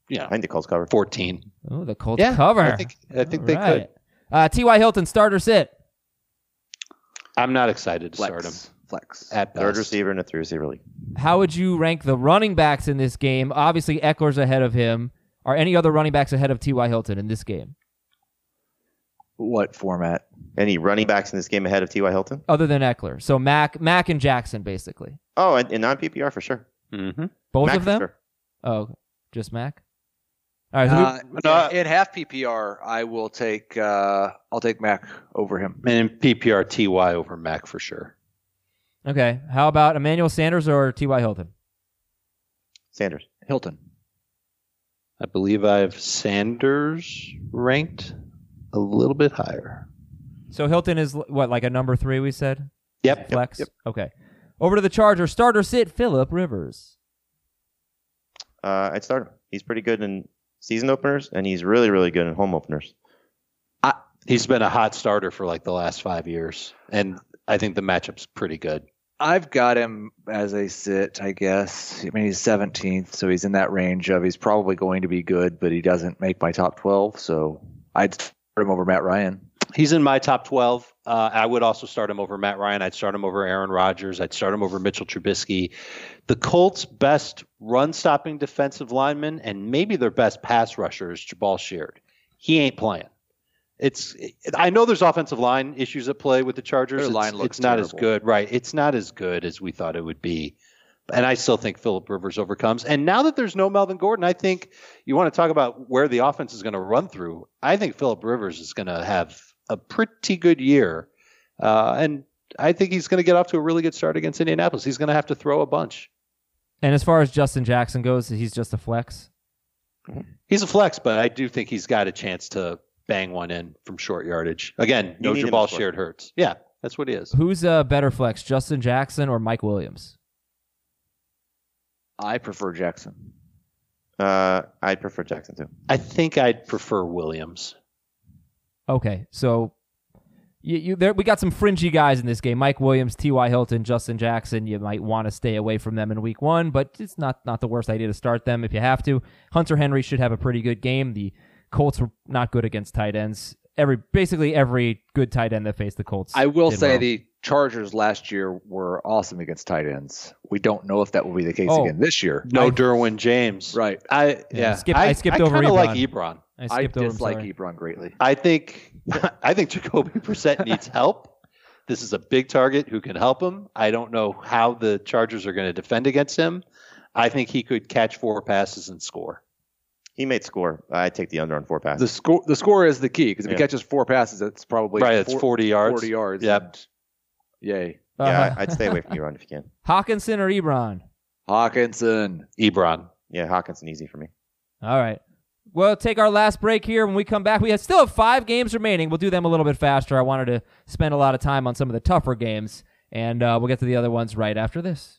[SPEAKER 4] you know,
[SPEAKER 6] I think the Colts cover.
[SPEAKER 4] fourteen.
[SPEAKER 3] oh, the Colts
[SPEAKER 4] Yeah,
[SPEAKER 3] cover.
[SPEAKER 4] I think I think
[SPEAKER 3] All
[SPEAKER 4] they could.
[SPEAKER 3] right. Uh, T.Y. Hilton, starter sit.
[SPEAKER 4] I'm not excited to
[SPEAKER 5] Flex.
[SPEAKER 4] start him
[SPEAKER 5] Flex.
[SPEAKER 4] at
[SPEAKER 6] Third
[SPEAKER 4] best.
[SPEAKER 6] receiver and a three receiver league.
[SPEAKER 3] How would you rank the running backs in this game? Obviously, Eckler's ahead of him. Are any other running backs ahead of T.Y. Hilton in this game,
[SPEAKER 5] What format?
[SPEAKER 6] Any running backs in this game ahead of T.Y. Hilton?
[SPEAKER 3] other than Eckler? So Mac, Mac and Jackson, basically,
[SPEAKER 6] Oh, and, and non PPR for sure.
[SPEAKER 4] Mhm.
[SPEAKER 3] both
[SPEAKER 6] Mac
[SPEAKER 3] of
[SPEAKER 6] for
[SPEAKER 3] them.
[SPEAKER 6] sure.
[SPEAKER 3] Oh, just Mac. All right. who-
[SPEAKER 5] Uh,
[SPEAKER 4] No.
[SPEAKER 5] in half PPR, I will take uh, I'll take Mac over him.
[SPEAKER 4] And in PPR Ty over Mac for sure.
[SPEAKER 3] okay. How about Emmanuel Sanders or T.Y. Hilton?
[SPEAKER 6] Sanders.
[SPEAKER 5] Hilton.
[SPEAKER 4] I believe I have Sanders ranked a little bit higher.
[SPEAKER 3] So Hilton is l- what, like a number three? We said
[SPEAKER 4] Yep.
[SPEAKER 3] flex. Okay. Over to the Charger starter sit Philip Rivers.
[SPEAKER 6] Uh, I'd start him. He's pretty good in season openers, and he's really, really good in home openers.
[SPEAKER 4] He's been a hot starter for like the last five years, and I think the matchup's pretty good.
[SPEAKER 5] I've got him as a sit, I guess. I mean, he's 17th, so he's in that range of he's probably going to be good, but he doesn't make my top 12, so I'd start him over Matt Ryan.
[SPEAKER 4] He's in my top 12. Uh, I would also start him over Matt Ryan. I'd start him over Aaron Rodgers. I'd start him over Mitchell Trubisky. The Colts' best run stopping defensive lineman and maybe their best pass rusher is Jabal Sheard. He ain't playing. It's. I know there's offensive line issues at play with the Chargers.
[SPEAKER 5] Their
[SPEAKER 4] it's,
[SPEAKER 5] line looks
[SPEAKER 4] it's not as
[SPEAKER 5] terrible.
[SPEAKER 4] good, right? It's not as good as we thought it would be. And I still think Philip Rivers overcomes. And now that there's no Melvin Gordon, I think you want to talk about where the offense is going to run through. I think Philip Rivers is going to have a pretty good year, uh, and I think he's going to get off to a really good start against Indianapolis. He's going to have to throw a bunch.
[SPEAKER 3] And as far as Justin Jackson goes, he's just a flex.
[SPEAKER 4] He's a flex, but I do think he's got a chance to bang one in from short yardage. Again, no
[SPEAKER 6] need him
[SPEAKER 4] Jabal
[SPEAKER 6] to score.
[SPEAKER 4] shared hurts. Yeah, that's what he is.
[SPEAKER 3] Who's a better flex, Justin Jackson or Mike Williams?
[SPEAKER 5] I prefer Jackson.
[SPEAKER 6] Uh, I'd prefer Jackson too.
[SPEAKER 4] I think I'd prefer Williams.
[SPEAKER 3] Okay, so you, you there we got some fringy guys in this game. Mike Williams, T.Y. Hilton, Justin Jackson. You might want to stay away from them in week one, but it's not not the worst idea to start them if you have to. Hunter Henry should have a pretty good game. The Colts were not good against tight ends. Every basically every good tight end that faced the Colts.
[SPEAKER 5] I will
[SPEAKER 3] did
[SPEAKER 5] say
[SPEAKER 3] well.
[SPEAKER 5] the Chargers last year were awesome against tight ends. We don't know if that will be the case
[SPEAKER 3] Oh.
[SPEAKER 5] again this year.
[SPEAKER 4] No
[SPEAKER 3] I-
[SPEAKER 4] Derwin James.
[SPEAKER 5] Right.
[SPEAKER 4] I yeah.
[SPEAKER 3] skip- I skipped over
[SPEAKER 4] kinda
[SPEAKER 3] Ebron.
[SPEAKER 4] like Ebron.
[SPEAKER 3] I
[SPEAKER 5] I
[SPEAKER 3] skipped over. I'm
[SPEAKER 5] dislike
[SPEAKER 3] sorry.
[SPEAKER 5] Ebron greatly.
[SPEAKER 4] I think I think Jacoby Brissett needs help. This is a big target who can help him. I don't know how the Chargers are going to defend against him. I think he could catch four passes and score.
[SPEAKER 6] He might score. I'd take the under on four
[SPEAKER 5] The
[SPEAKER 6] passes.
[SPEAKER 5] score the score is the key because if
[SPEAKER 6] Yeah.
[SPEAKER 5] he catches four passes, that's probably
[SPEAKER 4] right, it's
[SPEAKER 5] four-
[SPEAKER 4] 40 yards.
[SPEAKER 5] 40 yards.
[SPEAKER 4] Yep.
[SPEAKER 5] and- Yay.
[SPEAKER 6] yeah,
[SPEAKER 3] Uh,
[SPEAKER 6] I- I'd stay away from Ebron if you can.
[SPEAKER 3] Hawkinson or Ebron.
[SPEAKER 5] Hawkinson.
[SPEAKER 4] Ebron.
[SPEAKER 6] Yeah, Hawkinson easy for me.
[SPEAKER 3] All right. Well, take our last break here. When we come back, we have still have five games remaining. We'll do them a little bit faster. I wanted to spend a lot of time on some of the tougher games, and uh, we'll get to the other ones right after this.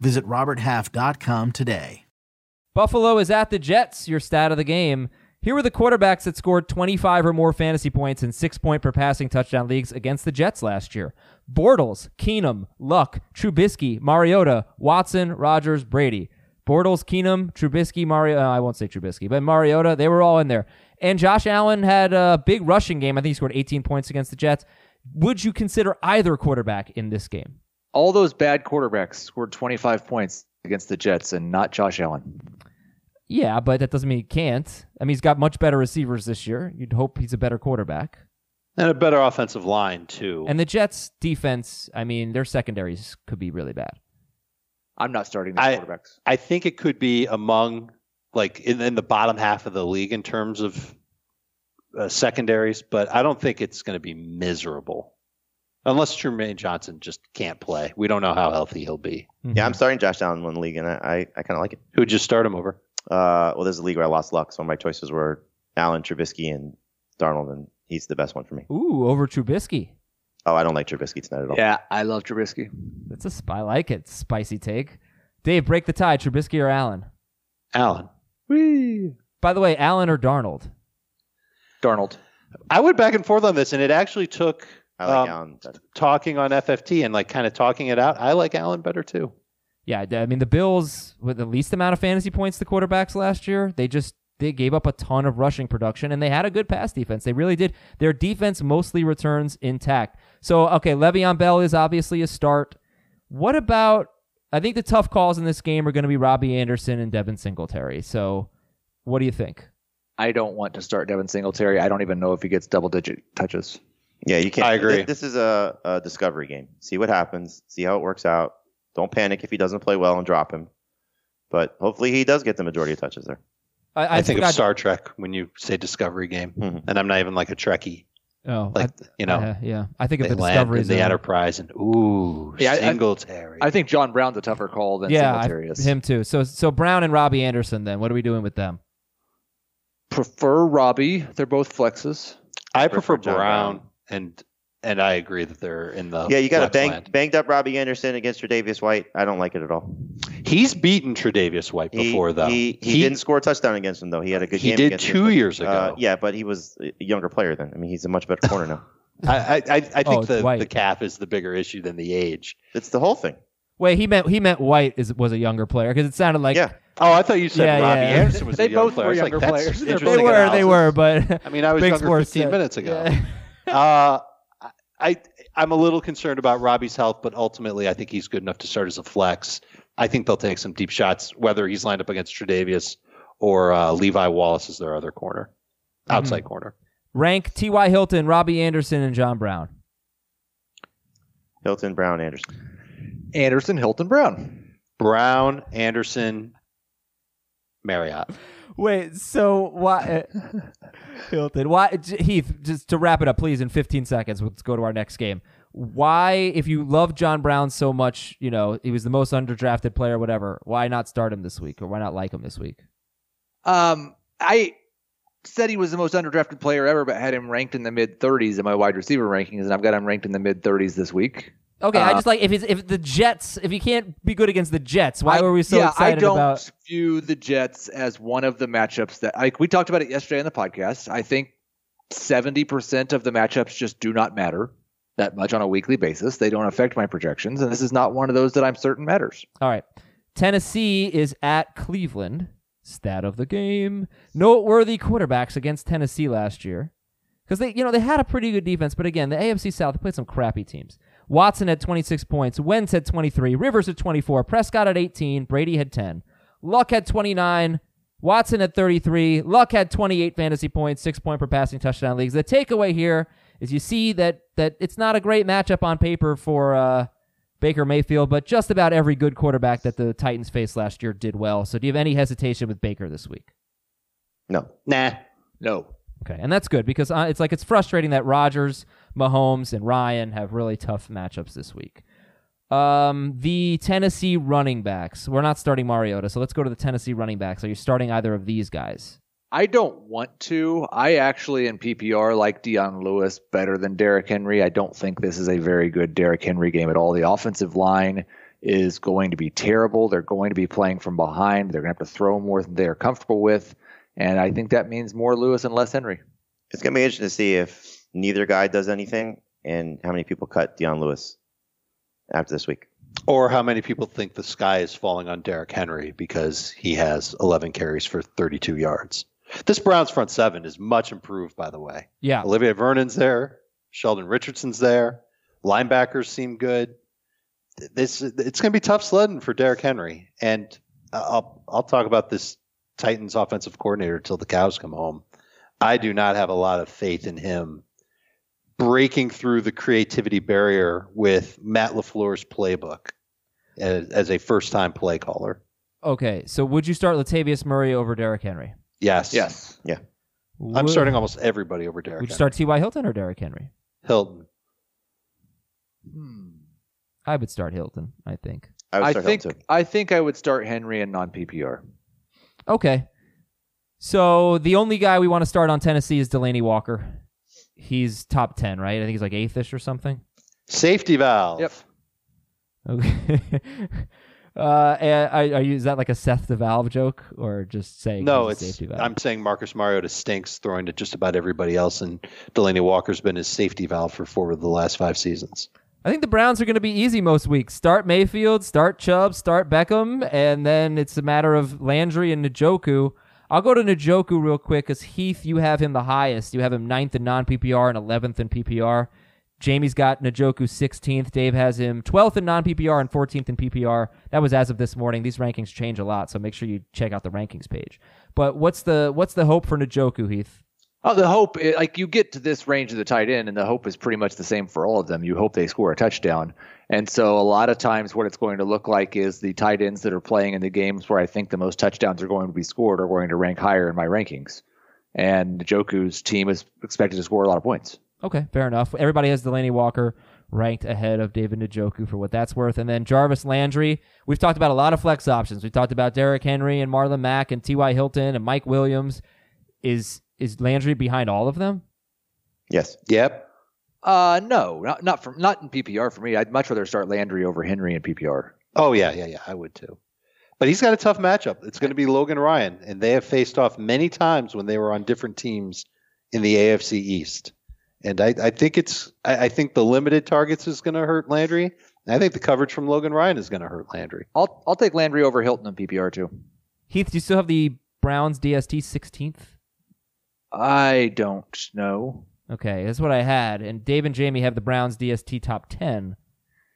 [SPEAKER 7] Visit roberthalf.com today.
[SPEAKER 3] Buffalo is at the Jets, your stat of the game. Here were the quarterbacks that scored 25 or more fantasy points in six point per passing touchdown leagues against the Jets last year Bortles, Keenum, Luck, Trubisky, Mariota, Watson, Rogers, Brady. Bortles, Keenum, Trubisky, Mario. uh, I won't say Trubisky, but Mariota, they were all in there. And Josh Allen had a big rushing game. I think he scored 18 points against the Jets. Would you consider either quarterback in this game?
[SPEAKER 5] All those bad quarterbacks scored 25 points against the Jets and not Josh Allen.
[SPEAKER 3] Yeah, but that doesn't mean he can't. I mean, he's got much better receivers this year. You'd hope he's a better quarterback.
[SPEAKER 4] And a better offensive line, too.
[SPEAKER 3] And the Jets' defense, I mean, their secondaries could be really bad.
[SPEAKER 5] I'm not starting these
[SPEAKER 4] I-
[SPEAKER 5] quarterbacks.
[SPEAKER 4] I think it could be among, like, in, in the bottom half of the league in terms of uh, secondaries, but I don't think it's going to be miserable. Unless Jermaine Johnson just can't play. We don't know how healthy he'll be.
[SPEAKER 6] Yeah, I'm starting Josh Allen in one league, and I, I, I kind of like it.
[SPEAKER 4] Who'd you start him over?
[SPEAKER 6] Uh, well, there's a league where I lost luck, so my choices were Allen, Trubisky, and Darnold, and he's the best one for me.
[SPEAKER 3] Ooh, over Trubisky.
[SPEAKER 6] Oh, I don't like Trubisky tonight at all.
[SPEAKER 5] Yeah, I love Trubisky.
[SPEAKER 3] That's a spy like it. Spicy take. Dave, break the tie. Trubisky or Allen?
[SPEAKER 4] Allen.
[SPEAKER 3] By the way, Allen or Darnold?
[SPEAKER 5] Darnold.
[SPEAKER 4] I went back and forth on this, and it actually took
[SPEAKER 6] I
[SPEAKER 4] um,
[SPEAKER 6] like Allen. but-
[SPEAKER 4] talking on FFT and like kind of talking it out. I like Allen better too.
[SPEAKER 3] Yeah, I mean the Bills with the least amount of fantasy points to quarterbacks last year. They just they gave up a ton of rushing production and they had a good pass defense. They really did. Their defense mostly returns intact. So okay, Le'Veon Bell is obviously a start. What about? I think the tough calls in this game are going to be Robbie Anderson and Devin Singletary. So what do you think?
[SPEAKER 5] I don't want to start Devin Singletary. I don't even know if he gets double digit touches.
[SPEAKER 6] Yeah, you can't.
[SPEAKER 4] I agree.
[SPEAKER 6] thi- This, is a, a discovery game. See what happens. See how it works out. Don't panic if he doesn't play well and drop him. But hopefully he does get the majority of touches there.
[SPEAKER 4] I, think
[SPEAKER 3] forgot-
[SPEAKER 4] of Star Trek when you say Discovery game,
[SPEAKER 6] Mhm.
[SPEAKER 4] and I'm not even like a Trekkie.
[SPEAKER 3] Oh,
[SPEAKER 4] Like you know,
[SPEAKER 3] yeah, yeah. I think
[SPEAKER 4] they
[SPEAKER 3] of the
[SPEAKER 4] land
[SPEAKER 3] Discovery
[SPEAKER 4] in the
[SPEAKER 3] Zone.
[SPEAKER 4] Enterprise, and ooh,
[SPEAKER 5] Yeah, I- I-
[SPEAKER 4] Singletary.
[SPEAKER 5] I think John Brown's a tougher call than
[SPEAKER 3] yeah, I-
[SPEAKER 5] Singletary is.
[SPEAKER 3] him too. So so Brown and Robbie Anderson. Then what are we doing with them?
[SPEAKER 5] Prefer Robbie. They're both flexes.
[SPEAKER 4] I
[SPEAKER 6] prefer
[SPEAKER 4] prefer
[SPEAKER 6] John
[SPEAKER 4] Brown,
[SPEAKER 6] Brown.
[SPEAKER 4] and and I agree that they're in the
[SPEAKER 6] yeah, you got a
[SPEAKER 4] flex
[SPEAKER 6] bang,
[SPEAKER 4] land.
[SPEAKER 6] banged up Robbie Anderson against Tre'Davious White. I don't like it at all.
[SPEAKER 4] He's beaten Tre'Davious White
[SPEAKER 6] He-
[SPEAKER 4] before though.
[SPEAKER 6] he, he didn't score a touchdown against him though. He had a good
[SPEAKER 4] He
[SPEAKER 6] game.
[SPEAKER 4] did
[SPEAKER 6] against him,
[SPEAKER 4] two
[SPEAKER 6] but,
[SPEAKER 4] years
[SPEAKER 6] Uh,
[SPEAKER 4] ago.
[SPEAKER 6] yeah, but he was a younger player then. I mean, he's a much better corner now.
[SPEAKER 4] I I, I I think
[SPEAKER 3] Oh,
[SPEAKER 4] the
[SPEAKER 3] Dwight.
[SPEAKER 4] the calf is the bigger issue than the age.
[SPEAKER 6] It's the whole thing.
[SPEAKER 3] Wait, he meant he meant White is was a younger player because it sounded like
[SPEAKER 6] yeah,
[SPEAKER 4] Oh, I thought you said
[SPEAKER 3] Yeah,
[SPEAKER 4] Robbie
[SPEAKER 3] yeah.
[SPEAKER 4] Anderson was
[SPEAKER 5] They
[SPEAKER 4] a young
[SPEAKER 5] both
[SPEAKER 4] player.
[SPEAKER 5] were
[SPEAKER 4] I was like,
[SPEAKER 5] younger
[SPEAKER 4] that's
[SPEAKER 5] players. They
[SPEAKER 4] interesting
[SPEAKER 3] they were they
[SPEAKER 4] analysis.
[SPEAKER 3] were, but
[SPEAKER 4] I mean, I was
[SPEAKER 3] Makes
[SPEAKER 4] younger
[SPEAKER 3] more
[SPEAKER 4] 15
[SPEAKER 3] sense.
[SPEAKER 4] minutes ago.
[SPEAKER 3] Yeah.
[SPEAKER 4] Uh, I, I I'm a little concerned about Robbie's health, but ultimately, I think he's good enough to start as a flex. I think they'll take some deep shots, whether he's lined up against Tre'Davious or uh, Levi Wallace is their other corner, outside corner.
[SPEAKER 3] rank T.Y. Hilton, Robbie Anderson, and John Brown.
[SPEAKER 6] Hilton, Brown, Anderson.
[SPEAKER 5] Anderson, Hilton, Brown.
[SPEAKER 4] Brown, Anderson, Marriott.
[SPEAKER 3] Wait, so why uh, Hilton? Why J- Heath? Just to wrap it up, please, in 15 seconds. Let's go to our next game. Why, if you love John Brown so much, you know he was the most underdrafted player, whatever. Why not start him this week, or why not like him this week?
[SPEAKER 5] Um, I said he was the most underdrafted player ever, but had him ranked in the mid 30s in my wide receiver rankings, and I've got him ranked in the mid 30s this week.
[SPEAKER 3] Okay, I
[SPEAKER 5] Uh,
[SPEAKER 3] just like if it's, if the Jets, if you can't be good against the Jets, why
[SPEAKER 5] I-
[SPEAKER 3] were we so
[SPEAKER 5] yeah,
[SPEAKER 3] excited
[SPEAKER 5] I don't
[SPEAKER 3] about?
[SPEAKER 5] view the Jets as one of the matchups that like we talked about it yesterday on the podcast. I think 70% of the matchups just do not matter that much on a weekly basis. They don't affect my projections, and this is not one of those that I'm certain matters.
[SPEAKER 3] All right. Tennessee is at Cleveland. Stat of the game. Noteworthy quarterbacks against Tennessee last year. Because they, you know, they had a pretty good defense, but again, the AFC South played some crappy teams. Watson had 26 points, Wentz had 23, Rivers had 24, Prescott had 18, Brady had 10. Luck had 29, Watson had 33, Luck had 28 fantasy points, 6 point per passing touchdown leagues. The takeaway here is you see that that it's not a great matchup on paper for uh Baker Mayfield, but just about every good quarterback that the Titans faced last year did well. So do you have any hesitation with Baker this week?
[SPEAKER 6] No,
[SPEAKER 4] Nah.
[SPEAKER 5] No.
[SPEAKER 3] Okay, and that's good because uh, it's like it's frustrating that Rodgers, Mahomes, and Ryan have really tough matchups this week. Um, the Tennessee running backs. We're not starting Mariota, so let's go to the Tennessee running backs. Are you starting either of these guys?
[SPEAKER 5] I don't want to. I actually in PPR like Deion Lewis better than Derrick Henry. I don't think this is a very good Derrick Henry game at all. The offensive line is going to be terrible. They're going to be playing from behind. They're going to have to throw more than they're comfortable with. And I think that means more Lewis and less Henry.
[SPEAKER 6] it's gonna be interesting to see if neither guy does anything and how many people cut Deion Lewis after this week.
[SPEAKER 4] Or how many people think the sky is falling on Derrick Henry because he has 11 carries for 32 yards. This Browns front seven is much improved, by the way.
[SPEAKER 3] Yeah,
[SPEAKER 4] Olivia Vernon's there. Sheldon Richardson's there. Linebackers seem good. Th- This it's going to be tough sledding for Derrick Henry, and I- I'll I'll talk about this Titans offensive coordinator till the cows come home. I do not have a lot of faith in him breaking through the creativity barrier with Matt Lafleur's playbook as, as a first-time play caller.
[SPEAKER 3] Okay, so would you start Latavius Murray over Derrick Henry?
[SPEAKER 4] Yes,
[SPEAKER 5] Yes.
[SPEAKER 4] I'm
[SPEAKER 3] Would-
[SPEAKER 4] starting almost everybody over Derrick.
[SPEAKER 3] Would you
[SPEAKER 4] Henry.
[SPEAKER 3] start T.Y. Hilton or Derrick Henry?
[SPEAKER 4] Hilton.
[SPEAKER 3] I would start Hilton. I think.
[SPEAKER 6] I would
[SPEAKER 5] Hmm. I
[SPEAKER 6] start
[SPEAKER 5] think
[SPEAKER 6] Hilton.
[SPEAKER 5] I think I would start Henry in non PPR.
[SPEAKER 3] Okay. So the only guy we want to start on Tennessee is Delaney Walker. He's top ten, right? I think he's like eighth-ish or something.
[SPEAKER 4] Safety valve.
[SPEAKER 5] Yep.
[SPEAKER 3] Okay. uh, and I- are you, is that like a Seth the Valve joke or just saying? he's
[SPEAKER 4] No,
[SPEAKER 3] a
[SPEAKER 4] it's.
[SPEAKER 3] safety valve?
[SPEAKER 4] I'm saying Marcus Mariota stinks throwing to just about everybody else, and Delaney Walker's been his safety valve for four of the last five seasons.
[SPEAKER 3] I think the Browns are going to be easy most weeks. Start Mayfield, start Chubb, start Beckham, and then it's a matter of Landry and Njoku. I'll go to Njoku real quick because Heath, you have him the highest. You have him ninth in non PPR and eleventh in PPR. Jamie's got Njoku 16th. Dave has him 12th in non PPR and 14th in PPR. That was as of this morning. These rankings change a lot, so make sure you check out the rankings page. But what's the what's the hope for Njoku, Heath?
[SPEAKER 5] Oh, the hope, i- like you get to this range of the tight end, and the hope is pretty much the same for all of them. You hope they score a touchdown. And so, a lot of times, what it's going to look like is the tight ends that are playing in the games where I think the most touchdowns are going to be scored are going to rank higher in my rankings. And Joku's team is expected to score a lot of points.
[SPEAKER 3] Okay, fair enough. Everybody has Delaney Walker ranked ahead of David Njoku for what that's worth. And then Jarvis Landry. We've talked about a lot of flex options. We've talked about Derrick Henry and Marlon Mack and T.Y. Hilton and Mike Williams. Is is Landry behind all of them?
[SPEAKER 6] yes.
[SPEAKER 4] Yep.
[SPEAKER 5] Uh, no, not not from not in PPR for me. I'd much rather start Landry over Henry in PPR.
[SPEAKER 4] Oh yeah, yeah, yeah. I would too. But he's got a tough matchup. It's going to be Logan Ryan, and they have faced off many times when they were on different teams in the AFC East. And I, I think it's I, I think the limited targets is going to hurt Landry. And I think the coverage from Logan Ryan is going to hurt Landry.
[SPEAKER 5] I'll I'll take Landry over Hilton in PPR too.
[SPEAKER 3] Heath, do you still have the Browns DST 16th?
[SPEAKER 5] I don't know.
[SPEAKER 3] Okay, that's what I had. And Dave and Jamie have the Browns DST top 10.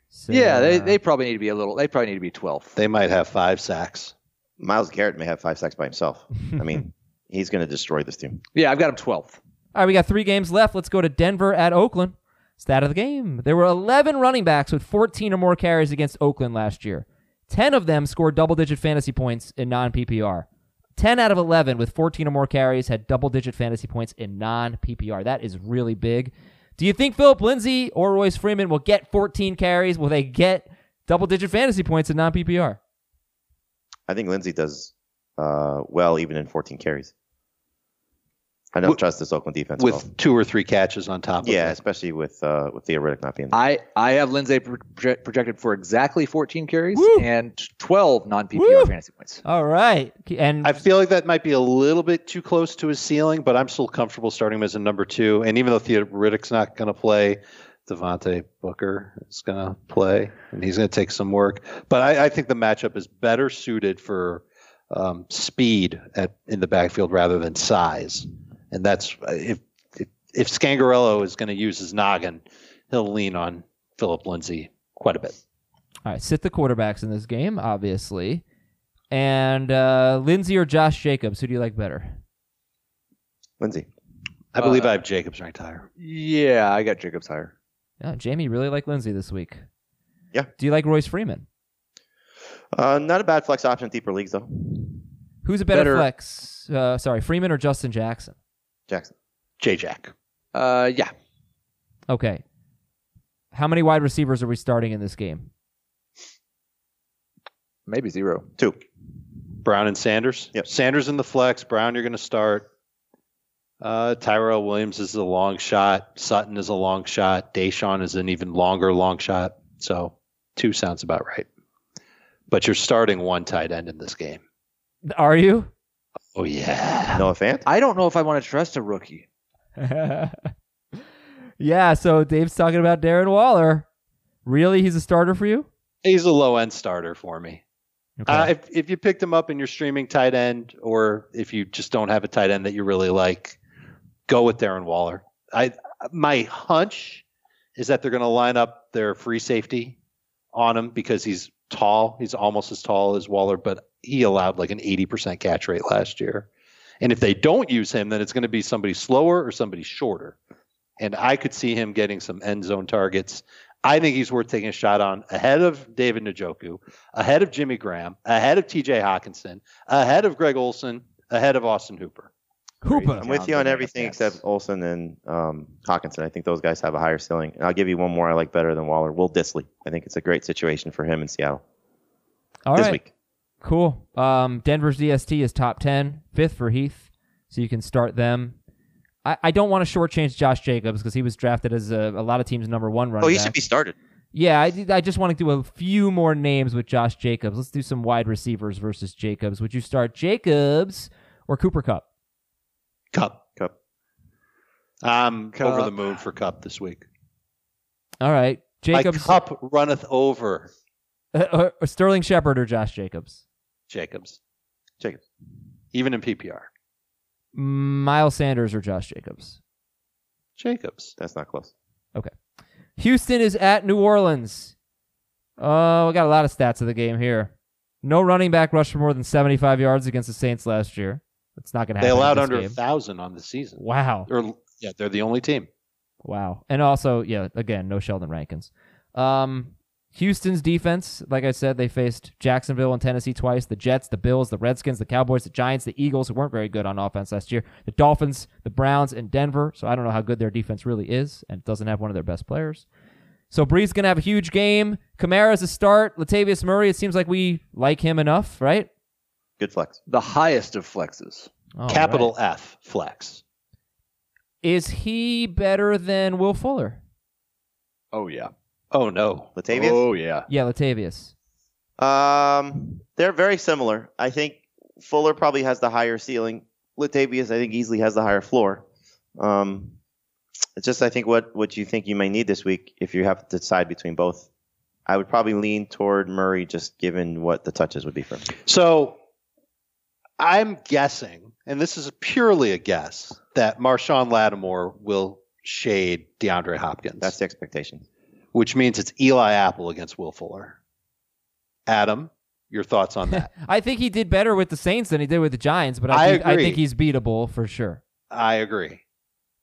[SPEAKER 3] So,
[SPEAKER 5] yeah, they,
[SPEAKER 3] uh,
[SPEAKER 5] they probably need to be a little. They probably need to be twelfth.
[SPEAKER 4] They might have five sacks.
[SPEAKER 6] Miles Garrett may have five sacks by himself. I mean, he's going to destroy this team.
[SPEAKER 5] yeah, I've got him twelfth.
[SPEAKER 3] All right, we got three games left. Let's go to Denver at Oakland. Stat of the game. There were 11 running backs with 14 or more carries against Oakland last year. 10 of them scored double digit fantasy points in non PPR. 10 out of 11 with 14 or more carries had double digit fantasy points in non PPR. That is really big. Do you think Philip Lindsay or Royce Freeman will get 14 carries? Will they get double digit fantasy points in non PPR?
[SPEAKER 6] I think Lindsey does uh, well even in 14 carries. I don't
[SPEAKER 4] With-
[SPEAKER 6] trust this Oakland defense at all.
[SPEAKER 4] with two or three catches on top
[SPEAKER 6] Yeah,
[SPEAKER 4] of it.
[SPEAKER 6] especially with uh, with Theoretic not being there.
[SPEAKER 5] I I have Lindsay proje- projected for exactly fourteen carries
[SPEAKER 3] Woo!
[SPEAKER 5] and twelve non
[SPEAKER 3] Woo!
[SPEAKER 5] PPR fantasy points.
[SPEAKER 3] All right. And
[SPEAKER 4] I feel like that might be a little bit too close to his ceiling, but I'm still comfortable starting him as a number two. And even though Theoretic's not going to play, Devontae Booker is going to play, and he's going to take some work. But I, I think the matchup is better suited for um, speed at in the backfield rather than size. And that's if if, if Scangarello is going to use his noggin, he'll lean on Philip Lindsay quite a bit.
[SPEAKER 3] All right, sit the quarterbacks in this game, obviously. And uh, Lindsey or Josh Jacobs, who do you like better?
[SPEAKER 6] Lindsey.
[SPEAKER 4] I believe I have Jacobs ranked higher.
[SPEAKER 5] Yeah, I got Jacobs higher.
[SPEAKER 3] Oh, Jamie you really like Lindsey this week.
[SPEAKER 6] Yeah.
[SPEAKER 3] Do you like Royce Freeman?
[SPEAKER 6] Uh, not a bad flex option in deeper leagues, though.
[SPEAKER 3] Who's a better,
[SPEAKER 5] Better-
[SPEAKER 3] flex? Uh, sorry, Freeman or Justin Jackson?
[SPEAKER 6] Jackson.
[SPEAKER 4] J Jack.
[SPEAKER 5] Uh, yeah,
[SPEAKER 3] Okay. How many wide receivers are we starting in this game?
[SPEAKER 5] maybe zero.
[SPEAKER 6] Two.
[SPEAKER 4] Brown and Sanders.
[SPEAKER 6] Yep.
[SPEAKER 4] Sanders in the flex. Brown, you're going to start. Uh, Tyrell Williams is a long shot. Sutton is a long shot. Deshaun is an even longer long shot. So two sounds about right. But you're starting one tight end in this game.
[SPEAKER 3] Are you?
[SPEAKER 4] Oh yeah.
[SPEAKER 6] Noah Fant.
[SPEAKER 5] I don't know if I want to trust a rookie.
[SPEAKER 3] yeah, so Dave's talking about Darren Waller. Really? He's a starter for you?
[SPEAKER 4] He's a low end starter for me.
[SPEAKER 3] Okay.
[SPEAKER 4] Uh, if if you picked him up and you're streaming tight end, or if you just don't have a tight end that you really like, go with Darren Waller. I my hunch is that they're going to line up their free safety on him because he's tall. He's almost as tall as Waller, but he allowed like an 80% catch rate last year. And if they don't use him, then it's going to be somebody slower or somebody shorter. And I could see him getting some end zone targets. I think he's worth taking a shot on ahead of David Njoku, ahead of Jimmy Graham, ahead of TJ Hawkinson, ahead of Greg Olson, ahead of Austin Hooper.
[SPEAKER 3] Hooper.
[SPEAKER 6] I'm with you on everything except Olson and um, Hawkinson. I think those guys have a higher ceiling. And I'll give you one more I like better than Waller. Will Disley. I think it's a great situation for him in Seattle
[SPEAKER 3] All
[SPEAKER 6] this
[SPEAKER 3] right.
[SPEAKER 6] week.
[SPEAKER 3] Cool. Um, Denver's DST is top 10, fifth for Heath, so you can start them. I, I don't want to shortchange Josh Jacobs because he was drafted as a, a lot of teams' number one running
[SPEAKER 6] Oh, he
[SPEAKER 3] back.
[SPEAKER 6] should be started.
[SPEAKER 3] Yeah, I, did- I just want to do a few more names with Josh Jacobs. Let's do some wide receivers versus Jacobs. Would you start Jacobs or Cooper Cup?
[SPEAKER 4] Cup.
[SPEAKER 6] Cup.
[SPEAKER 4] I'm
[SPEAKER 5] Cup.
[SPEAKER 4] over the moon for Cup this week.
[SPEAKER 3] All right, Jacobs,
[SPEAKER 4] My cup runneth over,
[SPEAKER 3] or- or Sterling Shepard or Josh Jacobs.
[SPEAKER 4] Jacobs.
[SPEAKER 6] Jacobs.
[SPEAKER 4] Even in PPR.
[SPEAKER 3] Miles Sanders or Josh Jacobs.
[SPEAKER 4] Jacobs.
[SPEAKER 6] That's not close.
[SPEAKER 3] Houston is at New Orleans. Oh, we got a lot of stats of the game here. No running back rushed for more than 75 yards against the Saints last year. That's not going to happen.
[SPEAKER 4] They
[SPEAKER 3] in
[SPEAKER 4] allowed
[SPEAKER 3] this
[SPEAKER 4] under a
[SPEAKER 3] game.
[SPEAKER 4] 1,000 on the season.
[SPEAKER 3] Wow.
[SPEAKER 4] Or yeah, they're the only team.
[SPEAKER 3] Wow. And also, yeah, again, no Sheldon Rankins. Um, Houston's defense, like I said, they faced Jacksonville and Tennessee twice, the Jets, the Bills, the Redskins, the Cowboys, the Giants, the Eagles, who weren't very good on offense last year, the Dolphins, the Browns, and Denver. So I don't know how good their defense really is, and it doesn't have one of their best players. So Bree's gonna have a huge game. Kamara's a start. Latavius Murray, it seems like we like him enough, right?
[SPEAKER 6] Good flex.
[SPEAKER 5] The highest of flexes.
[SPEAKER 3] All
[SPEAKER 4] Capital
[SPEAKER 3] right.
[SPEAKER 4] F flex.
[SPEAKER 3] Is he better than Will Fuller?
[SPEAKER 5] Oh yeah.
[SPEAKER 4] Oh no.
[SPEAKER 6] Latavius?
[SPEAKER 5] Oh yeah.
[SPEAKER 3] Yeah, Latavius.
[SPEAKER 6] Um, they're very similar. I think Fuller probably has the higher ceiling. Latavius, I think, easily has the higher floor. Um, it's just I think what what you think you may need this week if you have to decide between both. I would probably lean toward Murray just given what the touches would be for him.
[SPEAKER 4] So I'm guessing, and this is purely a guess, that Marshawn Lattimore will shade DeAndre Hopkins.
[SPEAKER 6] That's the expectation.
[SPEAKER 4] Which means it's Eli Apple against Will Fuller. Adam, your thoughts on that?
[SPEAKER 3] I think he did better with the Saints than he did with the Giants, but
[SPEAKER 4] I
[SPEAKER 3] I, think, I
[SPEAKER 4] agree.
[SPEAKER 3] think he's beatable for sure.
[SPEAKER 4] I agree.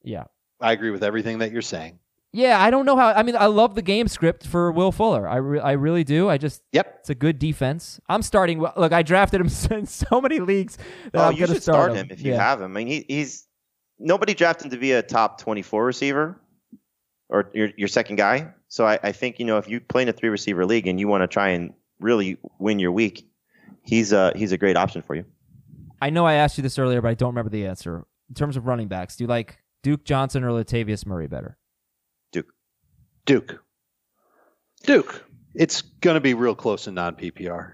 [SPEAKER 3] Yeah.
[SPEAKER 4] I agree with everything that you're saying.
[SPEAKER 3] Yeah, I don't know how. I mean, I love the game script for Will Fuller. I, re- I really do. I just,
[SPEAKER 4] Yep.
[SPEAKER 3] it's a good defense. I'm starting. Look, I drafted him in so many leagues that
[SPEAKER 6] Oh,
[SPEAKER 3] I'm
[SPEAKER 6] you
[SPEAKER 3] going to
[SPEAKER 6] should start
[SPEAKER 3] him.
[SPEAKER 6] him if you
[SPEAKER 3] Yeah.
[SPEAKER 6] have him. I mean, he, he's nobody drafted him to be a top 24 receiver or your, your second guy. So I, I think you know if you play in a three receiver league and you want to try and really win your week, he's a he's a great option for you.
[SPEAKER 3] I know I asked you this earlier, but I don't remember the answer. In terms of running backs, do you like Duke Johnson or Latavius Murray better?
[SPEAKER 4] Duke. Duke. It's going to be real close in non PPR.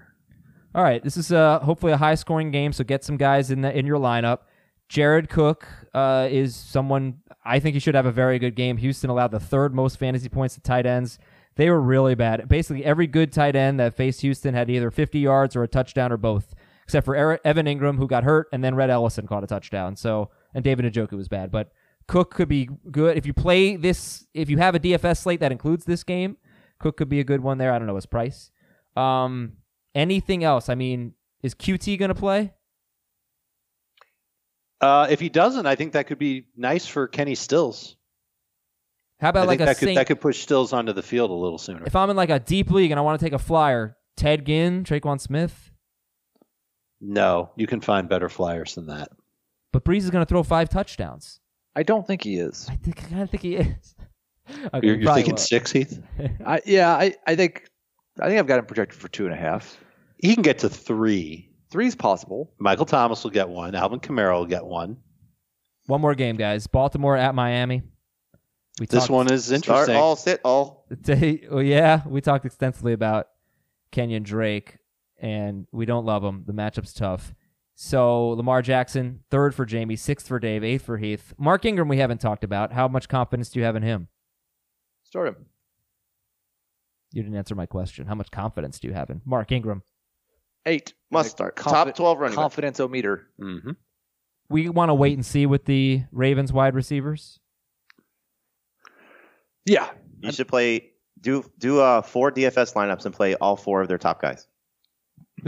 [SPEAKER 3] All right, this is uh, hopefully a high scoring game, so get some guys in the in your lineup. Jared Cook uh, is someone I think he should have a very good game. Houston allowed the third most fantasy points to tight ends. They were really bad. Basically, every good tight end that faced Houston had either 50 yards or a touchdown or both, except for Eric, Evan Ingram who got hurt, and then Red Ellison caught a touchdown. So and David Njoku was bad, but Cook could be good if you play this. If you have a DFS slate that includes this game, Cook could be a good one there. I don't know his price. Um, anything else? I mean, is QT going to play?
[SPEAKER 4] Uh, if he doesn't, I think that could be nice for Kenny Stills.
[SPEAKER 3] How
[SPEAKER 4] I
[SPEAKER 3] about like
[SPEAKER 4] think
[SPEAKER 3] a
[SPEAKER 4] that could,
[SPEAKER 3] Saint-
[SPEAKER 4] that could push Stills onto the field a little sooner.
[SPEAKER 3] if I'm in like a deep league and I want to take a flyer, Ted Ginn, Traquan Smith,
[SPEAKER 4] no, you can find better flyers than that.
[SPEAKER 3] but Breeze is going to throw five touchdowns.
[SPEAKER 5] I don't think he is.
[SPEAKER 3] I think I kind of think he is. Okay,
[SPEAKER 4] you're
[SPEAKER 3] he
[SPEAKER 4] you're
[SPEAKER 3] probably
[SPEAKER 4] thinking
[SPEAKER 3] won't.
[SPEAKER 4] six, Heath?
[SPEAKER 5] I yeah, I, I think I think I've got him projected for two and a half.
[SPEAKER 4] He can get to three.
[SPEAKER 5] Three's possible.
[SPEAKER 4] Michael Thomas will get one. Alvin Kamara will get one.
[SPEAKER 3] One more game, guys. Baltimore at Miami. We
[SPEAKER 4] This
[SPEAKER 3] talked-
[SPEAKER 4] one is
[SPEAKER 6] Start
[SPEAKER 4] interesting.
[SPEAKER 6] all, sit all.
[SPEAKER 3] They- oh, yeah, we talked extensively about Kenyon Drake, and we don't love him. The matchup's tough. So Lamar Jackson, third for Jamie, sixth for Dave, eighth for Heath. Mark Ingram, we haven't talked about. How much confidence do you have in him?
[SPEAKER 5] Start him.
[SPEAKER 3] You didn't answer my question. How much confidence do you have in Mark Ingram?
[SPEAKER 5] Eight.
[SPEAKER 6] Must start. Top 12 running back.
[SPEAKER 5] Confidence ometer.
[SPEAKER 4] Mhm.
[SPEAKER 3] We want to wait and see with the Ravens wide receivers.
[SPEAKER 5] Yeah.
[SPEAKER 6] You should play do do uh, four DFS lineups and play all four of their top guys.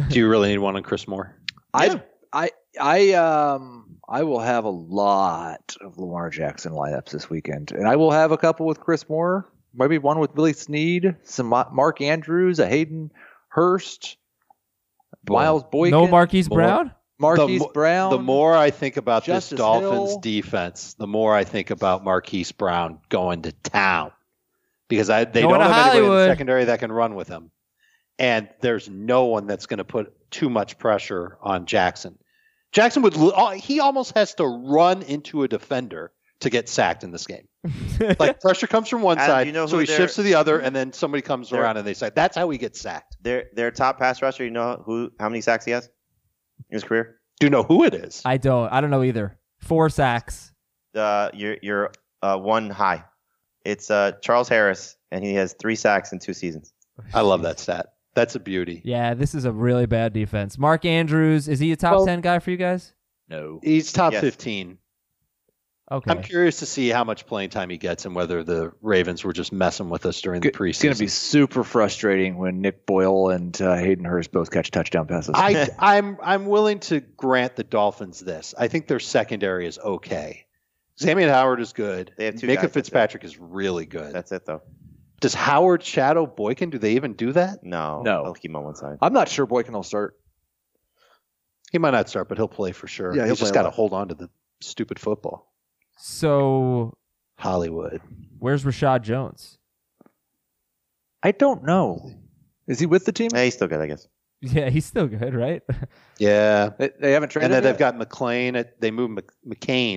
[SPEAKER 4] Do you really need one on Chris Moore?
[SPEAKER 5] I I I um I will have a lot of Lamar Jackson lineups this weekend, and I will have a couple with Chris Moore, maybe one with Billy Sneed, some Ma- Mark Andrews, a Hayden Hurst, Miles Boykin,
[SPEAKER 3] no Marquise Brown?
[SPEAKER 5] Marquise
[SPEAKER 4] mo-
[SPEAKER 5] Brown.
[SPEAKER 4] The more I think about
[SPEAKER 5] Justice
[SPEAKER 4] this Dolphins
[SPEAKER 5] Hill.
[SPEAKER 4] defense, the more I think about Marquise Brown going to town because I they
[SPEAKER 3] Going
[SPEAKER 4] don't
[SPEAKER 3] to
[SPEAKER 4] have anybody in
[SPEAKER 3] Hollywood.
[SPEAKER 4] the secondary that can run with him, and there's no one that's going to put too much pressure on Jackson. Jackson would lo- al- he almost has to run into a defender to get sacked in this game. like pressure comes from one
[SPEAKER 6] Adam,
[SPEAKER 4] side,
[SPEAKER 6] do you know
[SPEAKER 4] so
[SPEAKER 6] who
[SPEAKER 4] he
[SPEAKER 6] their-
[SPEAKER 4] shifts to the other, and then somebody comes
[SPEAKER 6] Their-
[SPEAKER 4] around and they sack. That's how he gets sacked.
[SPEAKER 6] Their their top pass rusher. You know who? How many sacks he has in his career?
[SPEAKER 4] Do you know who it is?
[SPEAKER 3] I don't. I don't know either. Four sacks.
[SPEAKER 6] Uh, you're you're uh, one high. It's uh, Charles Harris, and he has three sacks in two seasons.
[SPEAKER 4] I love that stat. That's a beauty.
[SPEAKER 3] Yeah, this is a really bad defense. Mark Andrews, is he a top
[SPEAKER 4] Well-
[SPEAKER 3] ten guy for you guys?
[SPEAKER 5] no.
[SPEAKER 4] He's top
[SPEAKER 6] Yes.
[SPEAKER 4] 15.
[SPEAKER 3] Okay.
[SPEAKER 4] I'm curious to see how much playing time he gets and whether the Ravens were just messing with us during the preseason.
[SPEAKER 5] It's going to be super frustrating when Nick Boyle and uh, Hayden Hurst both catch touchdown passes.
[SPEAKER 4] I, I'm I'm willing to grant the Dolphins this. I think their secondary is okay. Xavier Howard is good.
[SPEAKER 6] They have two
[SPEAKER 4] Micah
[SPEAKER 6] guys, that's it.
[SPEAKER 4] Fitzpatrick is really good.
[SPEAKER 6] That's it, though.
[SPEAKER 4] Does Howard shadow Boykin? Do they even do that?
[SPEAKER 6] No,
[SPEAKER 5] No. Uh,
[SPEAKER 6] I'll keep him on one side.
[SPEAKER 5] I'm not sure Boykin will start.
[SPEAKER 4] He might not start, but he'll play for sure.
[SPEAKER 5] Yeah, he'll
[SPEAKER 4] he's just
[SPEAKER 5] play a
[SPEAKER 4] got to
[SPEAKER 5] lot.
[SPEAKER 4] hold on to the stupid football.
[SPEAKER 3] so
[SPEAKER 4] Hollywood.
[SPEAKER 3] where's Rashad Jones?
[SPEAKER 5] I don't know. Is he with the team?
[SPEAKER 6] Yeah, he's still good, I guess.
[SPEAKER 3] Yeah, he's still good, right?
[SPEAKER 4] Yeah.
[SPEAKER 5] They, they haven't
[SPEAKER 4] And
[SPEAKER 5] traded.
[SPEAKER 4] then
[SPEAKER 5] yet?
[SPEAKER 4] they've got McLean. At, they moved Mc, McCain.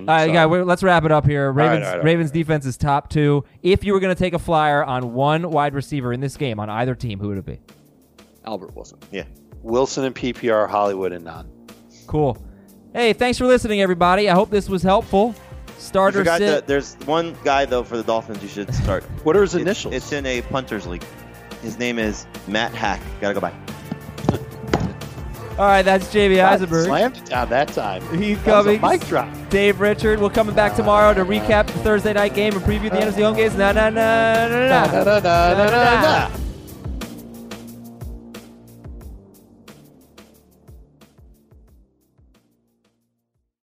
[SPEAKER 3] All right,
[SPEAKER 4] so-
[SPEAKER 3] guy, we- let's wrap it up here.
[SPEAKER 4] right,
[SPEAKER 3] Ravens,
[SPEAKER 4] all right, all
[SPEAKER 3] Ravens defense is top two. If you were going to take a flyer on one wide receiver in this game on either team, who would it be?
[SPEAKER 5] Albert Wilson.
[SPEAKER 4] Wilson and PPR, Hollywood and none.
[SPEAKER 3] Cool. Hey, thanks for listening, everybody. I hope this was helpful.
[SPEAKER 6] You
[SPEAKER 3] Starter
[SPEAKER 6] forgot
[SPEAKER 3] sit.
[SPEAKER 6] that there's one guy though for the Dolphins you should start.
[SPEAKER 4] What are his
[SPEAKER 6] It's-
[SPEAKER 4] initials?
[SPEAKER 6] It's, in a punters league. His name is Matt Hack. Gotta go by.
[SPEAKER 3] All right, that's JB Eisenberg.
[SPEAKER 4] Slammed it down that time.
[SPEAKER 3] He's
[SPEAKER 4] That was a
[SPEAKER 3] coming.
[SPEAKER 4] mic drop.
[SPEAKER 3] Dave Richard. We're coming back tomorrow to
[SPEAKER 4] Uh.
[SPEAKER 3] recap the Thursday night game and preview the NFC home games. Na na na na na. na.
[SPEAKER 4] Da, da, da, da, da, da.